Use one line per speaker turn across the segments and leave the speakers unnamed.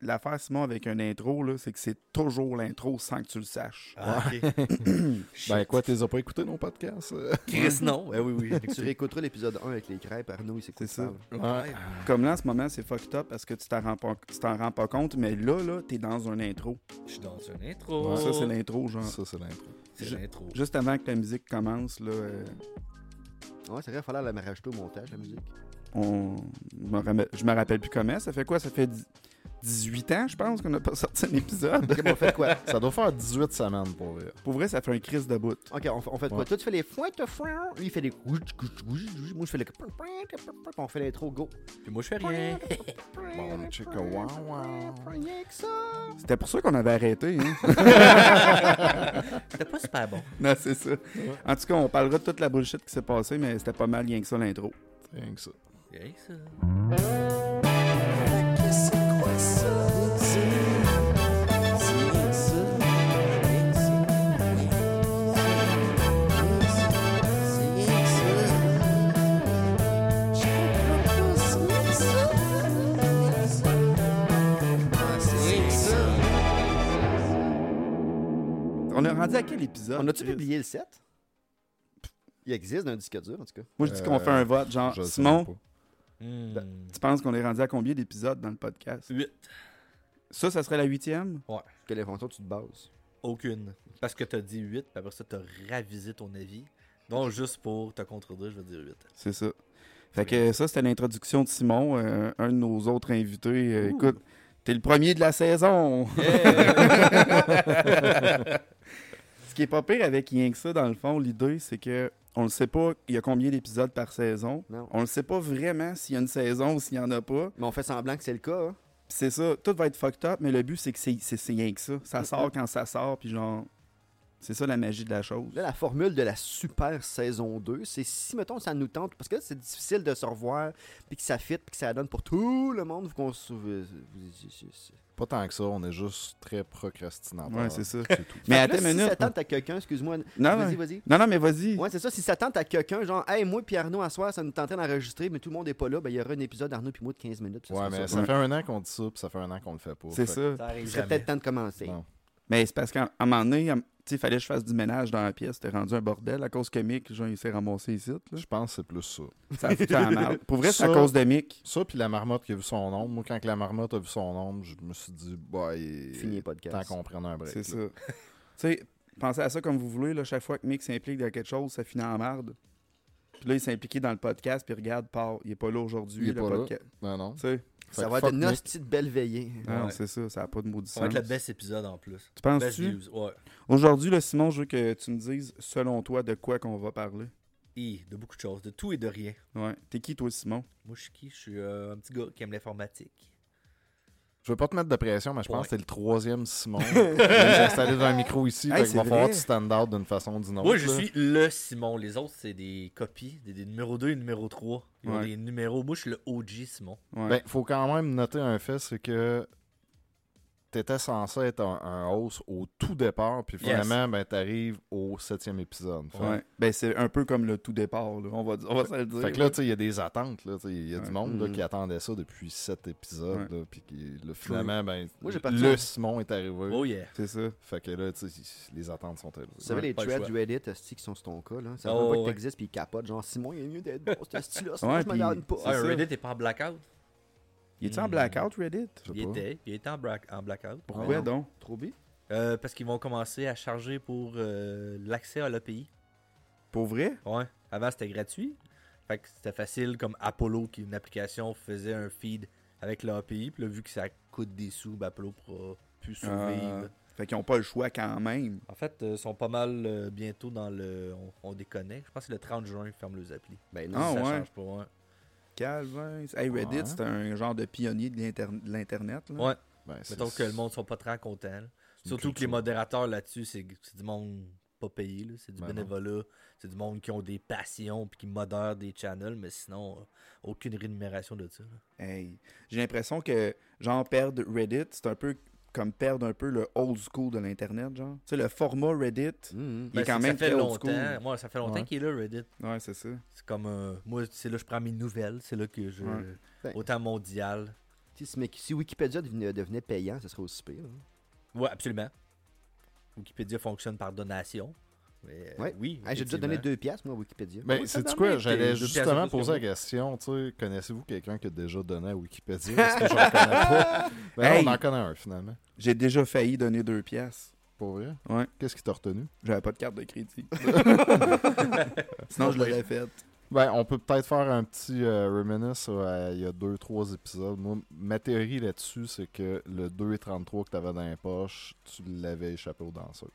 l'affaire, Simon, avec une intro, là, c'est que c'est toujours l'intro sans que tu le saches.
Ah, ok.
Ben quoi, t'es pas écouté nos podcasts? euh?
Chris, non.
Ben oui, oui. tu réécouteras l'épisode 1 avec les crêpes, Arnaud, il s'est
C'est ça.
Ouais.
Comme là, en ce moment, c'est fucked up parce que tu t'en rends pas, tu t'en rends pas compte, mais là, là, t'es dans un intro.
Je suis dans une
Oh.
intro.
Ça, c'est l'intro, genre.
Ça, c'est l'intro.
C'est l'intro.
Juste avant que la musique commence, là, euh,
Ouais, c'est vrai, il fallait la me rajouter au montage, la musique.
on... je me ramè- je me rappelle plus comment. Ça fait quoi? Ça fait dix- 18 ans, je pense, qu'on n'a pas sorti un épisode.
Ok, bon, on fait quoi?
Ça doit faire 18 semaines pour vrai.
Pour vrai, ça fait un crise de bout.
Ok, on, fait- on fait quoi?
Ouais.
Toi, tu fais les foin, toi, foin. Lui, il fait les. Moi, je fais les. On fait l'intro, go.
Puis moi, je fais rien.
Bon, check, wow, wow.
Rien que ça.
C'était pour ça qu'on avait arrêté, hein?
C'était pas super bon.
non, c'est ça. En tout cas, on parlera de toute la bullshit qui s'est passée, mais c'était pas mal rien que ça l'intro.
Rien que ça.
Rien que ça.
On est rendu à quel épisode?
On a-tu
Chris?
publié le 7? Il existe d'un disque dur, en tout cas.
Moi, je dis qu'on
Euh,
fait un vote, genre,
Je le sais
Simon,
même pas.
Hmm.
tu penses qu'on est rendu à combien d'épisodes dans le podcast?
Huit.
Ça, ça serait la huitième?
Ouais.
Quelle invention tu te bases?
Aucune. Parce que t'as dit 8, puis après ça, t'as ravisé ton avis. Donc, juste pour te contredire, je vais dire 8.
C'est ça. Fait que ça, c'était l'introduction de Simon, euh, un de nos autres invités. Euh,
Ouh.
écoute, t'es le premier de la saison! Ce qui est pas pire avec rien que ça, dans le fond, l'idée, c'est que on ne sait pas il y a combien d'épisodes par saison.
Non.
On ne sait pas vraiment s'il y a une saison ou s'il n'y en a pas.
Mais on fait semblant que c'est le cas. hein.
Puis c'est ça, tout va être fucked up, mais le but, c'est que c'est c'est- c'est rien que ça. Ça sort quand ça sort, puis genre, c'est ça la magie de la chose.
Là, la formule de la super saison 2, c'est si, mettons, ça nous tente, parce que là, c'est difficile de se revoir, puis que ça fit, puis que ça donne pour tout le monde, vous qu'on se- vous- vous-
Pas tant que ça, on est juste très procrastinateur.
Ouais, c'est ça.
tout.
Mais
Fait que
attends une
là, Si
minute. Ah
ça tente à quelqu'un, excuse-moi.
Non,
vas-y,
non.
vas-y.
Non, non, mais vas-y.
Ouais, c'est ça. Si ça tente à quelqu'un, genre, hey, moi puis Arnaud, à soir, ça nous tentait d'enregistrer, mais tout le monde n'est pas là, ben, il y aura un épisode Arnaud puis moi de 15 minutes. puis ça sera
Ouais, mais
ça.
ça fait un an qu'on dit ça, puis ça fait un an qu'on le fait pas.
c'est
Fait
ça.
Ça arrive
Il serait peut-être temps de commencer.
Non.
Mais c'est parce qu'à à un moment donné, il fallait que je fasse du ménage dans la pièce. C'était rendu un bordel. À cause que Mick, genre, il s'est ramassé ici.
que
Là.
Je pense que c'est plus ça.
Ça a foutu la merde. Pour vrai, c'est à
Ça-
cause de Mick.
Ça, puis la marmotte qui a vu son ombre. Moi, quand que la marmotte a vu son ombre, je me suis dit, bah, il...
Fini le podcast.
tant qu'on prenne un break.
C'est ça.
là.
tu sais, pensez à ça comme vous voulez. Là, chaque fois que Mick s'implique dans quelque chose, ça finit en merde. Puis là, il s'est impliqué dans le podcast, puis regarde, part. Il est pas là aujourd'hui.
Il est
le
pas là.
podcast.
Non, non.
Tu sais,
Fait
Ça
que
va être
fuck
une
Nick.
hostie de belle veillée.
non,
Ouais.
c'est ça. Ça n'a pas de maudit
Ça va
sens.
être le best épisode en plus.
Tu penses
Best
-tu?
views, ouais.
Aujourd'hui, le Simon, je veux que tu me dises, selon toi, de quoi qu'on va parler.
Et de beaucoup de choses, de tout et de rien.
Ouais. T'es qui, toi, Simon?
Moi, je suis qui Je suis euh, un petit gars qui aime l'informatique.
Je veux pas te mettre de pression, mais je pense
Ouais.
que t'es le troisième Simon. J'ai installé devant un micro ici,
Hey,
fait qu'il
c'est
va falloir
vrai.
que tu stand out d'une façon ou d'une autre.
Moi, je
là.
suis le Simon. Les autres, c'est des copies, des, des numéros 2 et numéro 3. Ils ont
Ouais.
des numéros. Moi, je suis le OG Simon.
Ouais.
Ben, faut quand même noter un fait, c'est que t'étais censé être un, un host au tout départ, puis
Yes.
finalement, ben, t'arrives au septième épisode. Fait,
Ouais. Ben, c'est un peu comme le tout départ, là. On va, on va se le dire.
fait que là, tu sais, il y a des attentes, là, tu sais, il y a
Ouais.
du monde là,
Mhm.
qui attendait ça depuis sept épisodes, là, puis qui, là, finalement, ben,
Moi, j'ai parti
le
en-
Simon est arrivé.
Oh yeah.
C'est ça.
Fait que là, tu sais, les attentes sont élevées.
Vous savez, les
pas le
threads
choix.
du Reddit, hostie, qui sont sur ton cas, là. Ça
Oh,
veut pas
ouais.
que t'existes, puis ils capotent. Genre, Simon, il est mieux d'être bon, ce style-là,
Ouais,
sinon je me
puis-
garde pas.
C'est
Ah,
ça.
Reddit est pas en blackout.
Il est-tu en
Hmm.
blackout, Reddit?
Je sais
Il
pas.
était, il était en, brac- en blackout.
Pourquoi
non.
donc?
Trop bien.
Euh, parce qu'ils vont commencer à charger pour euh, l'accès à l'API.
Pour vrai?
Ouais. Avant, c'était gratuit. Fait que c'était facile, comme Apollo, qui est une application, faisait un feed avec l'API. Puis là, vu que ça coûte des sous, ben, Apollo pourra plus
Ah.
survivre.
Euh, Fait qu'ils ont pas le choix quand même.
En fait, euh, ils sont pas mal euh, bientôt dans le. On, on déconnecte. Je pense que c'est le 30 juin, ils ferment les applis.
Ben
Ah,
non.
ça
ouais.
change pas, ouais.
Calvin. Hey, Reddit,
Ouais.
c'est un genre de pionnier de l'Inter- de l'Internet. là.
Ouais.
Ben, c'est-
Mettons que le monde sont pas très contents. là.
c'est une
Surtout que les
culture.
modérateurs là-dessus, c'est c'est du monde pas payé, là. c'est du
Ben non.
bénévolat, c'est du monde qui ont des passions puis qui modèrent des channels, mais sinon, euh, aucune rémunération de ça. là.
Hey. J'ai l'impression que, genre, perdre Reddit, c'est un peu comme perdre un peu le old school de l'Internet, genre. Tu sais, le format Reddit,
Mhm.
il est quand
Ben, c'est-
même
ça fait
très old
longtemps.
school.
Moi, ça fait longtemps
Ouais.
qu'il est là, Reddit.
Ouais, c'est ça.
C'est comme euh, moi, c'est là que je prends mes nouvelles, c'est là que je
Ouais.
Ben.
autant mondial.
Tu sais, Si, Mik- si Wikipédia devenait, devenait payant, ce serait aussi pire. hein.
Ouais, absolument. Wikipédia fonctionne par donation. Mais, euh,
Ouais.
oui.
Hey, J'ai déjà donné
effectivement.
2 piastres, moi, à Wikipédia.
Mais
Oui, ça
c'est ben,
donne
quoi?
des- des-
J'allais
des
justement
pièces de
poser la
disque.
question, tu sais, connaissez-vous quelqu'un qui a déjà donné à Wikipédia? Parce que j'en connais pas. Ben non,
Hey!
on en connaît un, finalement.
J'ai déjà failli donner deux pièces.
Pour vrai?
Ouais.
Qu'est-ce qui t'a retenu?
J'avais pas de carte de crédit. Sinon, je l'aurais faite.
Ben, on peut peut-être faire un petit euh, reminisce euh, il y a deux, trois épisodes. Moi, ma théorie là-dessus, c'est que le 2 et 33 que t'avais dans les poches, tu l'avais échappé aux danseuses.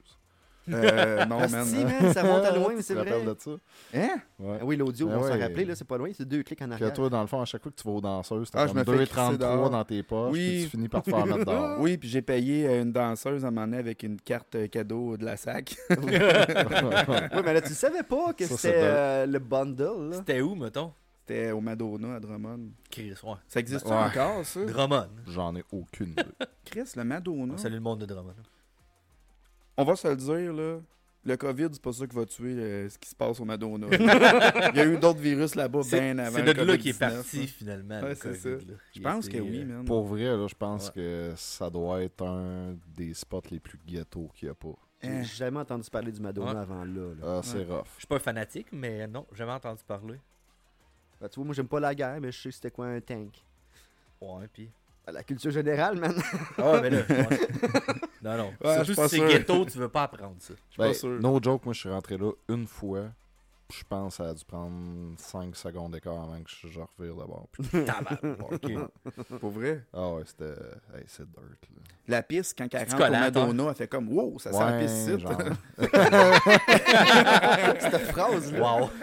Euh, non,
Si,
man.
man, hein? ça monte à loin, mais
Tu te
c'est vrai.
rappelles de ça?
Hein?
Ouais.
Ah oui, l'audio,
Ah
on s'en
ouais.
rappelait, là, c'est pas loin, c'est deux clics en
Que
arrière.
toi, dans le fond, à chaque fois que tu vas aux danseuses, t'as
Ah, je
comme
me fais
2 et
crisser dehors.
33 dans tes poches,
Oui.
puis tu finis par te faire mettre dehors.
Oui, puis j'ai payé euh, une danseuse à un moment donné avec une carte euh, cadeau de la sac.
Oui, mais là, tu savais pas que
Ça,
c'était
c'est dingue.
euh, le bundle, là.
C'était où, mettons
C'était au Madonna à Drummond.
Chris, ouais.
Ça existe
Ouais.
encore, ça?
Drummond.
J'en ai aucune idée.
Chris, le Madonna.
On salue le monde de Drummond.
On va se le dire, là. Le COVID, c'est pas ça qui va tuer euh, ce qui se passe au Madonna. Il y a eu d'autres virus là-bas
C'est
bien avant.
c'est
le
de là qui est
COVID-19,
parti,
hein.
finalement.
Ouais,
le
c'est
COVID, là.
Je
Il
pense que
était,
oui,
euh,
man.
Pour vrai, là, je pense
Ouais.
que ça doit être un des spots les plus ghetto qu'il n'y a pas.
Hein.
J'ai jamais entendu parler du Madonna
Ouais.
avant là. là.
Ah, c'est rough.
Je suis pas un fanatique, mais non, jamais entendu parler.
Bah, tu vois, moi, j'aime pas la guerre, mais je sais c'était quoi un tank.
Ouais, puis.
À la culture générale, man.
Ah ouais, mais là. ouais. non, non.
Ouais, je suis
Surtout
pas
si c'est
sûr.
ghetto, tu veux pas apprendre ça.
Je suis
Ben,
pas sûr.
no joke, moi je suis rentré là une fois. puis Je pense que ça a dû prendre 5 secondes d'écart avant que je je revire d'abord.
Tabarnak.
Pour vrai.
Ah ouais, c'était. Hey, c'est dirt. Là.
La piste, quand elle
C'est
rentre au
collant,
Madonna, elle fait comme Wow, ça sent la
Ouais,
piste ici.
genre.
Cette phrase-là.
Wow.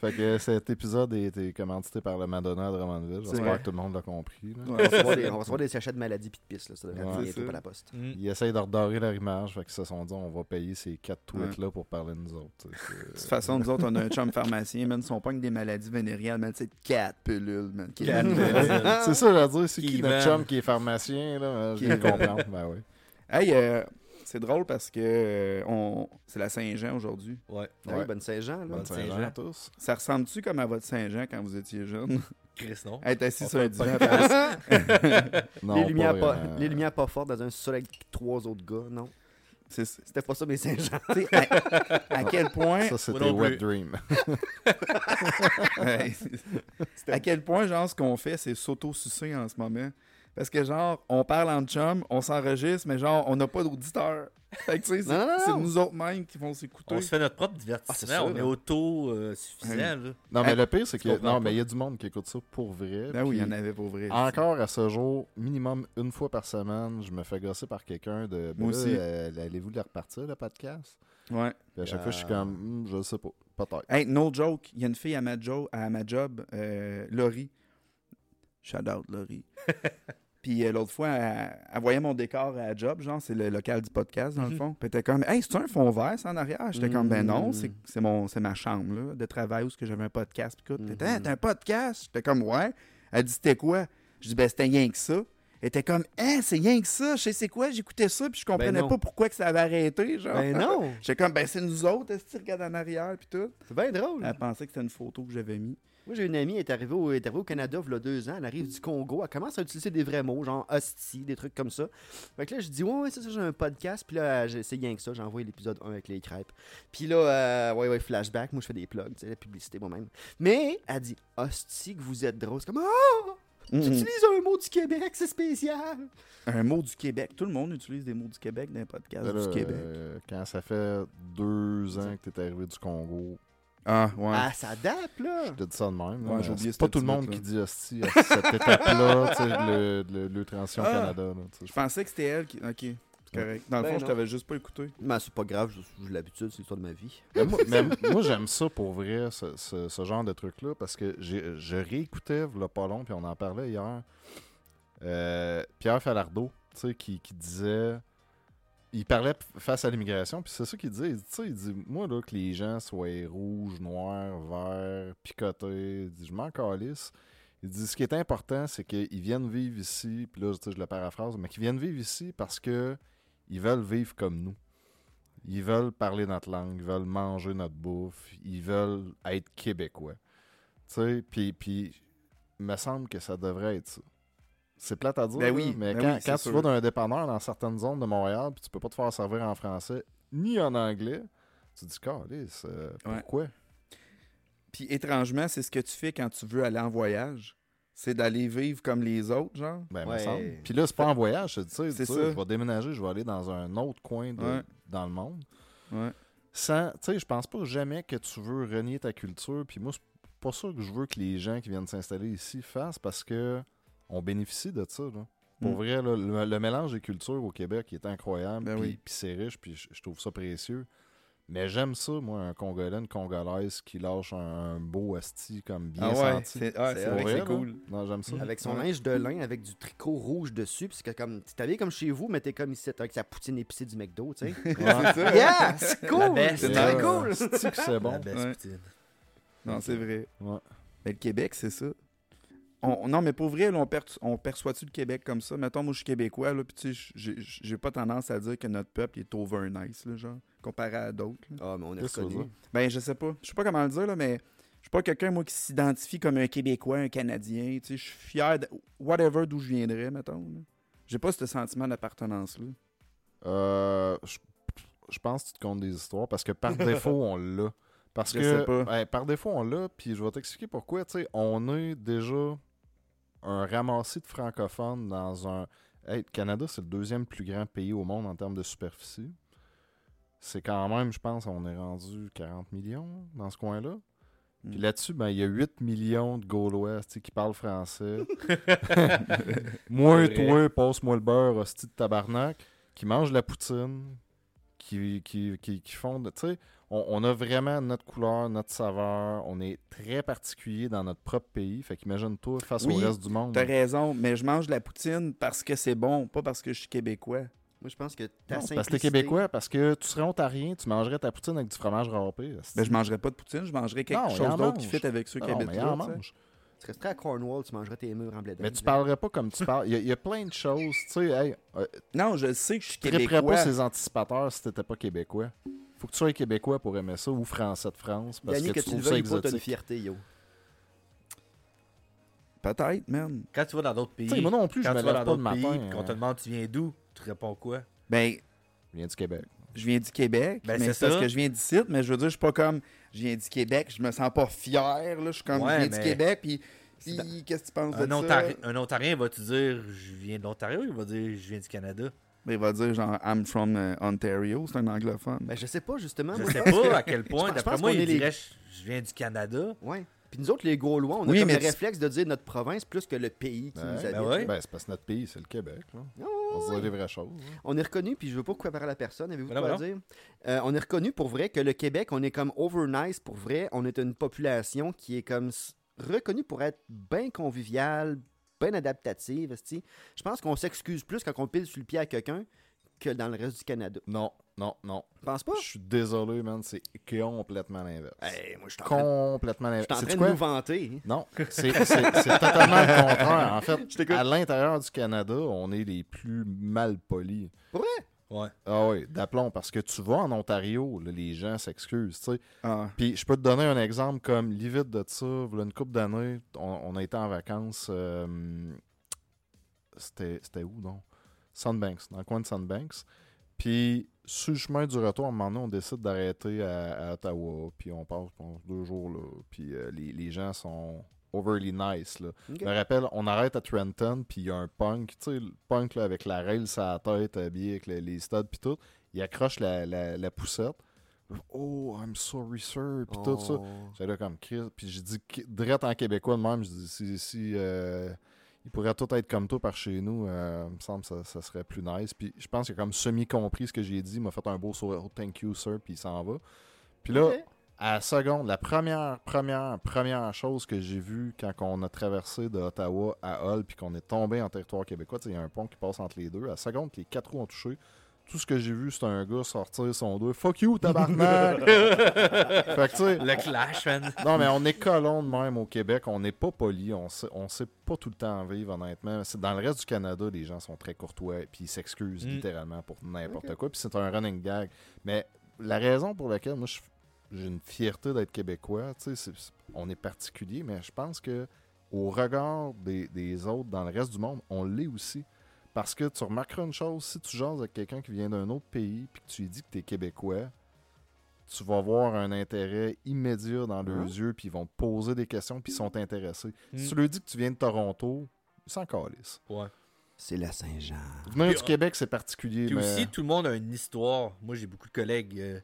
Fait que cet épisode a été commandité par le Madonna de Drummondville.
C'est
J'espère
vrai.
que tout le monde l'a compris. là.
Ouais.
On va se voir des- on va se voir des sachets de maladie pis de pisse, là. Ça devrait
Ouais,
être
c'est
bientôt
ça.
par la poste.
Mm.
Ils essayent de redorer leur image. Fait qu'ils se sont dit, on va payer ces 4 tweets-là pour parler de nous autres.
De toute façon, nous autres, on a un chum pharmacien, man, son pogne des maladies vénériennes, man, c'est quatre pilules, man. qui-
Quatre pilules.
euh, C'est ça, je veux dire. C'est
Qui
qui, notre
vend.
chum qui est pharmacien, là? Je
Qui
viens de
vend.
comprendre. Ben oui.
Hey, euh, c'est drôle parce que euh, on... c'est la Saint-Jean aujourd'hui.
Ouais.
Ah oui,
Ouais.
bonne Saint-Jean, là.
Bonne Saint-Jean à tous.
Ça ressemble-tu comme à votre Saint-Jean quand vous étiez jeune?
Chris, non.
Être assis
On
sur un
fait pas
divan.
de
puis-
Non, euh,
les, lumières pas, euh,
vraiment.
les lumières pas fortes dans un sol avec trois autres gars, non.
c'est- c'est-
C'était pas ça, mes Saint-Jean.
tu sais, à, à quel point...
Ça, c'était
non plus.
Wet Dream.
Ouais. à quel point, genre, ce qu'on fait, c'est s'auto-sucer en ce moment. Parce que, genre, on parle en chum, on s'enregistre, mais genre, on n'a pas d'auditeur. Fait que, tu sais, c'est-
Non, non, non,
c'est
non.
nous autres mêmes qui vont
On
s'écouter.
se fait notre propre
Ah, c'est
divertissement.
ça,
on
là.
est auto-suffisant,
Ouais.
là.
Non, mais le pire, c'est
Tu
que non,
comprends pas.
mais il y a du monde qui écoute ça pour vrai.
Ben oui, il y
puis
en avait pour vrai.
Encore à ce jour, minimum une fois par semaine, je me fais gosser par quelqu'un de. ben
Moi
là,
aussi.
euh, Allez-vous le repartir, le podcast
Ouais.
Puis à chaque
Ah.
fois, je suis comme, Hmm, je sais pas. Peut-être.
Euh. Hey, no joke, il y a une fille à ma, jo- à ma job, euh, Laurie. Shout out, Laurie. Puis euh, l'autre fois, elle, elle voyait mon décor à la job, genre, c'est le local du podcast, dans le
Mm-hmm.
Mhm.
fond. Puis elle était comme, hey, c'est un fond vert, ça, en arrière. J'étais comme, ben non,
Mhm.
c'est c'est mon- c'est ma chambre, là, de travail où est-ce que j'avais un podcast. Puis écoute, t'as
Mhm.
un podcast? J'étais comme, ouais. Elle dit, c'était quoi? Je dis, ben, c'était rien que ça. Elle était comme, hein, c'est rien que ça. Je sais c'est quoi, j'écoutais ça, puis je comprenais
Ben non.
pas pourquoi que ça avait arrêté, genre.
Ben non!
J'étais comme, ben, c'est nous autres, est-ce que tu regardes en arrière, puis tout.
C'est bien drôle.
Elle pensait que c'était une photo que j'avais mis.
Moi, j'ai une amie, elle est arrivée au, elle est arrivée au Canada il y a deux ans, elle arrive du Congo, elle commence à utiliser des vrais mots, genre hostie, des trucs comme ça. Fait que là, je dis, ouais, ouais, c'est ça, j'ai un podcast, puis là, j'ai- c'est rien que ça, j'ai envoyé l'épisode 1 avec les crêpes. Puis là, euh, ouais, ouais, flashback, moi, je fais des plugs, c'est la publicité moi-même. Mais, elle dit, hostie, que vous êtes drôle, c'est comme, ah,
Mm-hmm.
Mhm.
j'utilise un mot du Québec, c'est spécial.
Un mot du Québec. Tout le monde utilise des mots du Québec dans les podcasts
Là,
du Québec.
euh, quand ça fait deux ans que t'es arrivé du Congo,
Ah, ouais.
Ah, ça date,
je
là.
te dis ça de même. là,
Ouais,
mais
j'ai oublié
c'est pas
cette
tout le monde
petite
qui dit hostie à cette étape-là, tu sais, le, le, le Transition
Ah.
Canada. là, tu sais.
Je pensais que c'était elle qui. Ok, c'est correct. Dans le
Ben
fond, je
non.
t'avais juste pas écouté.
Mais c'est pas grave, j'ai j'ai l'habitude, c'est l'histoire de ma vie.
Mais moi, mais moi, j'aime ça pour vrai, ce, ce- ce genre de truc-là, parce que j'ai- je réécoutais le pas long, puis on en parlait hier. euh, Pierre Falardeau, tu sais, qui, qui disait. Il parlait p- face à l'immigration, puis c'est ça qu'il disait. Il dit, tu sais, il dit Moi, là, que les gens soient rouges, noirs, verts, picotés, il dit, je m'en calisse. Il dit Ce qui est important, c'est qu'ils viennent vivre ici, puis là, tu sais, je le paraphrase, mais qu'ils viennent vivre ici parce que ils veulent vivre comme nous. Ils veulent parler notre langue, ils veulent manger notre bouffe, ils veulent être québécois. Tu sais, puis, puis, me semble que ça devrait être ça. C'est plate à dire,
Ben
là,
oui,
mais
ben
quand,
oui, c'est
quand tu
sûr.
vas dans un dépanneur dans certaines zones de Montréal, puis tu peux pas te faire servir en français ni en anglais, tu te dis, Calice, euh, pourquoi
Puis étrangement, c'est ce que tu fais quand tu veux aller en voyage. C'est d'aller vivre comme les autres, genre.
Ben, me
Ouais.
semble. Puis là, c'est pas en voyage, c'est, tu sais,
C'est
tu sais,
ça.
je vais déménager, je vais aller dans un autre coin de-
Ouais.
dans le monde.
Ouais.
Sans, tu sais, je pense pas jamais que tu veux renier ta culture. Puis moi, c'est pas ça que je veux que les gens qui viennent s'installer ici fassent parce que on bénéficie de ça. là. Pour
Mm.
vrai, là, le, le mélange des cultures au Québec il est incroyable.
Ben
puis
oui.
puis c'est riche, puis je je trouve ça précieux. Mais j'aime ça, moi, un Congolais, une Congolaise qui lâche un, un beau asti comme bien
ah ouais,
senti.
c'est ah, c'est
C'est
vrai que
vrai,
c'est
là.
cool.
Non, j'aime ça.
Avec son
Ouais.
linge de lin, avec du tricot rouge dessus. Puis c'est comme. Tu t'habilles comme chez vous, mais t'es comme ici, avec sa poutine épicée du McDo, tu sais.
Ouais.
yeah! C'est
La
cool!
best.
C'est
Et,
très
euh,
cool!
asti que c'est
La
bon.
best
Ouais.
poutine.
Non, c'est vrai.
Ouais.
Mais le Québec, c'est ça. On- non, mais pour vrai, là, on, per- on perçoit-tu le Québec comme ça? Mettons, moi, je suis québécois, là, puis tu sais, j'ai- j'ai pas tendance à dire que notre peuple il est over nice, là, genre, comparé à d'autres. là.
Ah, mais on est
Qu'est-ce que ça veut
reconnu.
dire?
Ben, je sais pas. Je sais pas comment le dire, là, mais je suis pas quelqu'un, moi, qui s'identifie comme un Québécois, un Canadien. Tu sais, je suis fier, de whatever d'où je viendrais, mettons. là. J'ai pas ce sentiment d'appartenance-là.
Euh, je, je pense que tu te comptes des histoires parce que par défaut, on l'a. Parce
Je
que
sais pas.
ouais, par défaut, on l'a, puis je vais t'expliquer pourquoi. Tu sais, on est déjà un ramassis de francophones dans un. Hey, le Canada, c'est le deuxième plus grand pays au monde en termes de superficie. C'est quand même, je pense, on est rendu 40 millions dans ce coin-là. Puis
Mm.
là-dessus, ben, il y a 8 millions de Gaulois tu sais, qui parlent français. Moi,
C'est vrai.
toi, passe-moi le beurre, hostie de tabarnak, qui mangent la poutine, qui, qui, qui, qui font. de- Tu sais, on, on a vraiment notre couleur, notre saveur. On est très particulier dans notre propre pays. Fait qu'imagine-toi face
Oui,
au reste du monde.
T'as raison, mais je mange de la poutine parce que c'est bon, pas parce que je suis québécois.
Moi, je pense que ta
Non,
simplicité...
parce que t'es québécois, parce que tu serais ontarien, tu mangerais ta poutine avec du fromage râpé. hostie.
Ben, je mangerais pas de poutine, je mangerais quelque
Non, il en
chose d'autre qui
mange.
fit avec ceux
Non,
qui habitent
mais il en
là, tu sais.
mange.
Tu resterais à Cornwall, tu mangerais tes murs en blé d'Inde.
Mais tu parlerais pas comme tu parles. Il y a- il y, a plein de choses. Tu sais, hey, euh,
Non, je sais que je suis
triperais
québécois.
pas ces anticipateurs si t'étais pas québécois. Faut que tu sois québécois pour aimer ça ou français de France parce
Yannick,
que,
tu
tu
le
trouves ça
veuilles ou pas, t'as une
exotique.
fierté, yo.
Peut-être, man.
Quand tu vas dans d'autres pays,
Tu sais, moi non plus, je
quand
me
tu vas
lève
dans
pas le
d'autres pays,
matin.
puis qu'on te
euh,
demande tu viens d'où, tu réponds quoi
Ben,
Je viens du Québec.
je viens du Québec,
Ben,
mais
c'est
c'est parce
ça.
que je viens d'ici, mais je veux dire, je suis pas comme, je viens du Québec, je me sens pas fier, là, je suis comme,
Ouais,
je viens
mais-
du Québec, puis,
C'est
puis
dans-
qu'est-ce que tu penses
Un,
de
Ontari-
ça?
un Ontarien va-tu dire je viens de l'Ontario ou il va dire je viens du Canada
Ben, il va dire, genre, I'm from euh, Ontario, c'est un anglophone.
Ben, je sais pas, justement.
Je
moi,
sais
pense
pas
que-
à quel point.
je
D'après
pense
moi,
qu'on
il
est les-
dirait je je viens du Canada.
Ouais. Puis nous autres, les Gaulois, on
Oui,
a comme
mais
le
tu-
réflexe de dire notre province plus que le pays qui
Ben,
nous
ben
habite.
ouais.
Ben, c'est parce que notre pays, c'est le Québec. là.
Ah, ouais,
On se
ouais.
dit les vraies choses. hein.
On est reconnu, puis je veux pas couper la parole à personne, avez-vous de
Voilà,
quoi dire? Euh, on est reconnu pour vrai que le Québec, on est comme over nice pour vrai. On est une population qui est comme s- reconnue pour être bien conviviale, bien adaptative. esti. Je pense qu'on s'excuse plus quand on pile sur le pied à quelqu'un que dans le reste du Canada.
Non, non, non.
Je pense pas?
Je suis désolé, man. C'est complètement l'inverse.
Hey, moi, je suis en train,
Complètement
je
l'inverse.
suis en
Sais-tu
train de
quoi?
nous vanter.
Non, c'est c'est- c'est totalement le contraire. En fait, à l'intérieur du Canada, on est les plus mal polis.
Ouais.
Ah oui, d'aplomb, parce que tu vas en Ontario, là, les gens s'excusent, tu sais.
Ah,
Puis je peux te donner un exemple comme l'ivide de ça, voilà une couple d'années, on, on a été en vacances, euh, c'était c'était où, non? Sandbanks, dans le coin de Sandbanks. Puis sur le chemin du retour, à un moment donné, on décide d'arrêter à, à Ottawa, puis on passe je pense, deux jours là, puis euh, les, les gens sont overly nice, là.
Ok.
Je me rappelle, on arrête à Trenton, puis il y a un punk, tu sais, le punk là, avec la rail sur la tête, habillé avec les, les studs, puis tout. Il accroche la, la, la poussette. Oh, I'm sorry, sir, puis tout ça.
Oh.
J'étais là comme Chris, puis j'ai dit, qui- direct en québécois de même, je dis, si, si euh, il pourrait tout être comme toi par chez nous, euh, il me semble que ça, ça serait plus nice. Puis je pense qu'il a comme semi-compris ce que j'ai dit, il m'a fait un beau sourire, oh, thank you, sir, puis il s'en va. Puis là,
Ok.
à la seconde, la première, première, première chose que j'ai vue quand on a traversé de Ottawa à Hull puis qu'on est tombé en territoire québécois, tu sais, il y a un pont qui passe entre les deux. À la seconde, que les quatre roues ont touché. Tout ce que j'ai vu, c'est un gars sortir son deux. Fuck you, tabarnak! fait que tu sais,
Le clash, man.
non, mais on est colon de même au Québec. On n'est pas poli. On sait, on sait pas tout le temps en vivre, honnêtement. C'est- Dans le reste du Canada, les gens sont très courtois et ils s'excusent
Mm.
littéralement pour n'importe
Ok.
quoi. Puis c'est un running gag. Mais la raison pour laquelle moi, je- j'ai une fierté d'être québécois, tu sais, c'est- c'est- on est particulier, mais je pense que au regard des, des autres dans le reste du monde, on l'est aussi. Parce que tu remarqueras une chose, si tu jases avec quelqu'un qui vient d'un autre pays puis que tu lui dis que tu es québécois, tu vas voir un intérêt immédiat dans leurs
Hein?
yeux puis ils vont te poser des questions puis ils sont intéressés. Si
Mm.
tu leur dis que tu viens de Toronto, ils s'en calissent.
Ouais.
C'est la Saint-Jean.
Venir
Puis,
du
euh,
Québec, c'est particulier,
Puis
mais
euh,
aussi, tout le monde a une histoire. Moi, j'ai beaucoup de collègues euh,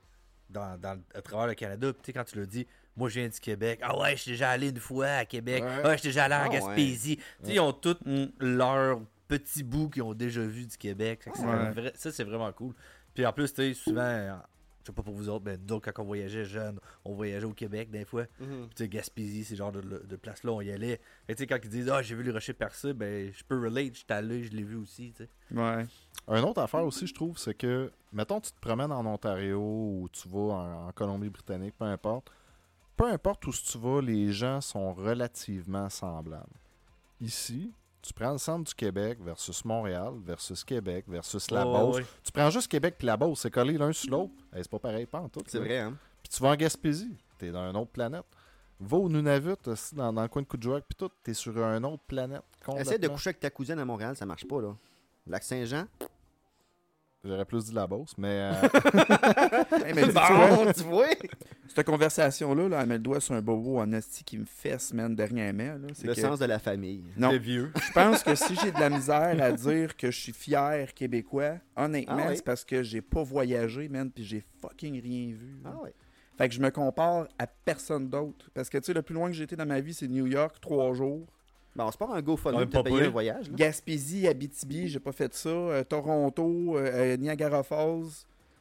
dans, dans- à travers le Canada. Puis tu sais, quand tu leur dis, moi, je viens du Québec. Ah ouais, je suis déjà allé une fois à Québec.
Ouais.
Ah, je suis déjà allé en
Ah ouais.
Gaspésie. Tu sais, ils ont tous leurs petits bouts qu'ils ont déjà vu du Québec. Fait que c'est
Ouais.
un vrai- Ça, c'est vraiment cool. Puis en plus, tu sais, souvent, euh, je sais pas pour vous autres, mais donc quand on voyageait jeune, on voyageait au Québec des fois.
Mhm.
Puis, tu sais, Gaspésie, ces genres de, de places-là, on y allait. Et tu sais, quand ils disent, ah, j'ai vu les rochers percés, ben, je peux relate, je suis allé, je l'ai vu aussi, tu sais.
Ouais.
Un autre affaire aussi, je trouve, c'est que, mettons, tu te promènes en Ontario ou tu vas en, en Colombie-Britannique, peu importe. Peu importe où tu vas, les gens sont relativement semblables. Ici, tu prends le centre du Québec versus Montréal versus Québec versus la
Ouais,
Beauce.
ouais, ouais.
Tu prends juste Québec puis la Beauce, c'est collé l'un sur l'autre. Eh, c'est pas pareil, pas en tout.
C'est
là.
vrai, hein?
Puis tu vas en Gaspésie, t'es dans une autre planète. Va au Nunavut, aussi, dans, dans le coin de Coudjouac, puis tout, t'es sur une autre planète.
Essaye de
complètement.
coucher avec ta cousine à Montréal, ça marche pas, là. Lac Saint-Jean?
J'aurais plus dit la Beauce, mais... euh,
Hey, mais tu vois,
Hein?
Bon, tu vois?
cette conversation-là, là, elle met le doigt sur un bobo en esti qui me fait semaine dernièrement. Là, c'est
Le
que-
sens de la famille.
Non,
T'es vieux.
je pense que si j'ai de la misère à dire que je suis fier québécois, honnêtement,
Ah oui?
c'est parce que j'ai pas voyagé, man, puis j'ai fucking rien vu. là.
Ah ouais.
Fait que je me compare à personne d'autre. Parce que, tu sais, le plus loin que j'ai été dans ma vie, c'est New York, trois jours.
Bon, c'est pas un
On est
GoFundMe pour
pas
te payer
pris.
un voyage, là.
Gaspésie, Abitibi, j'ai pas fait ça. Euh, Toronto, euh, euh, Niagara Falls.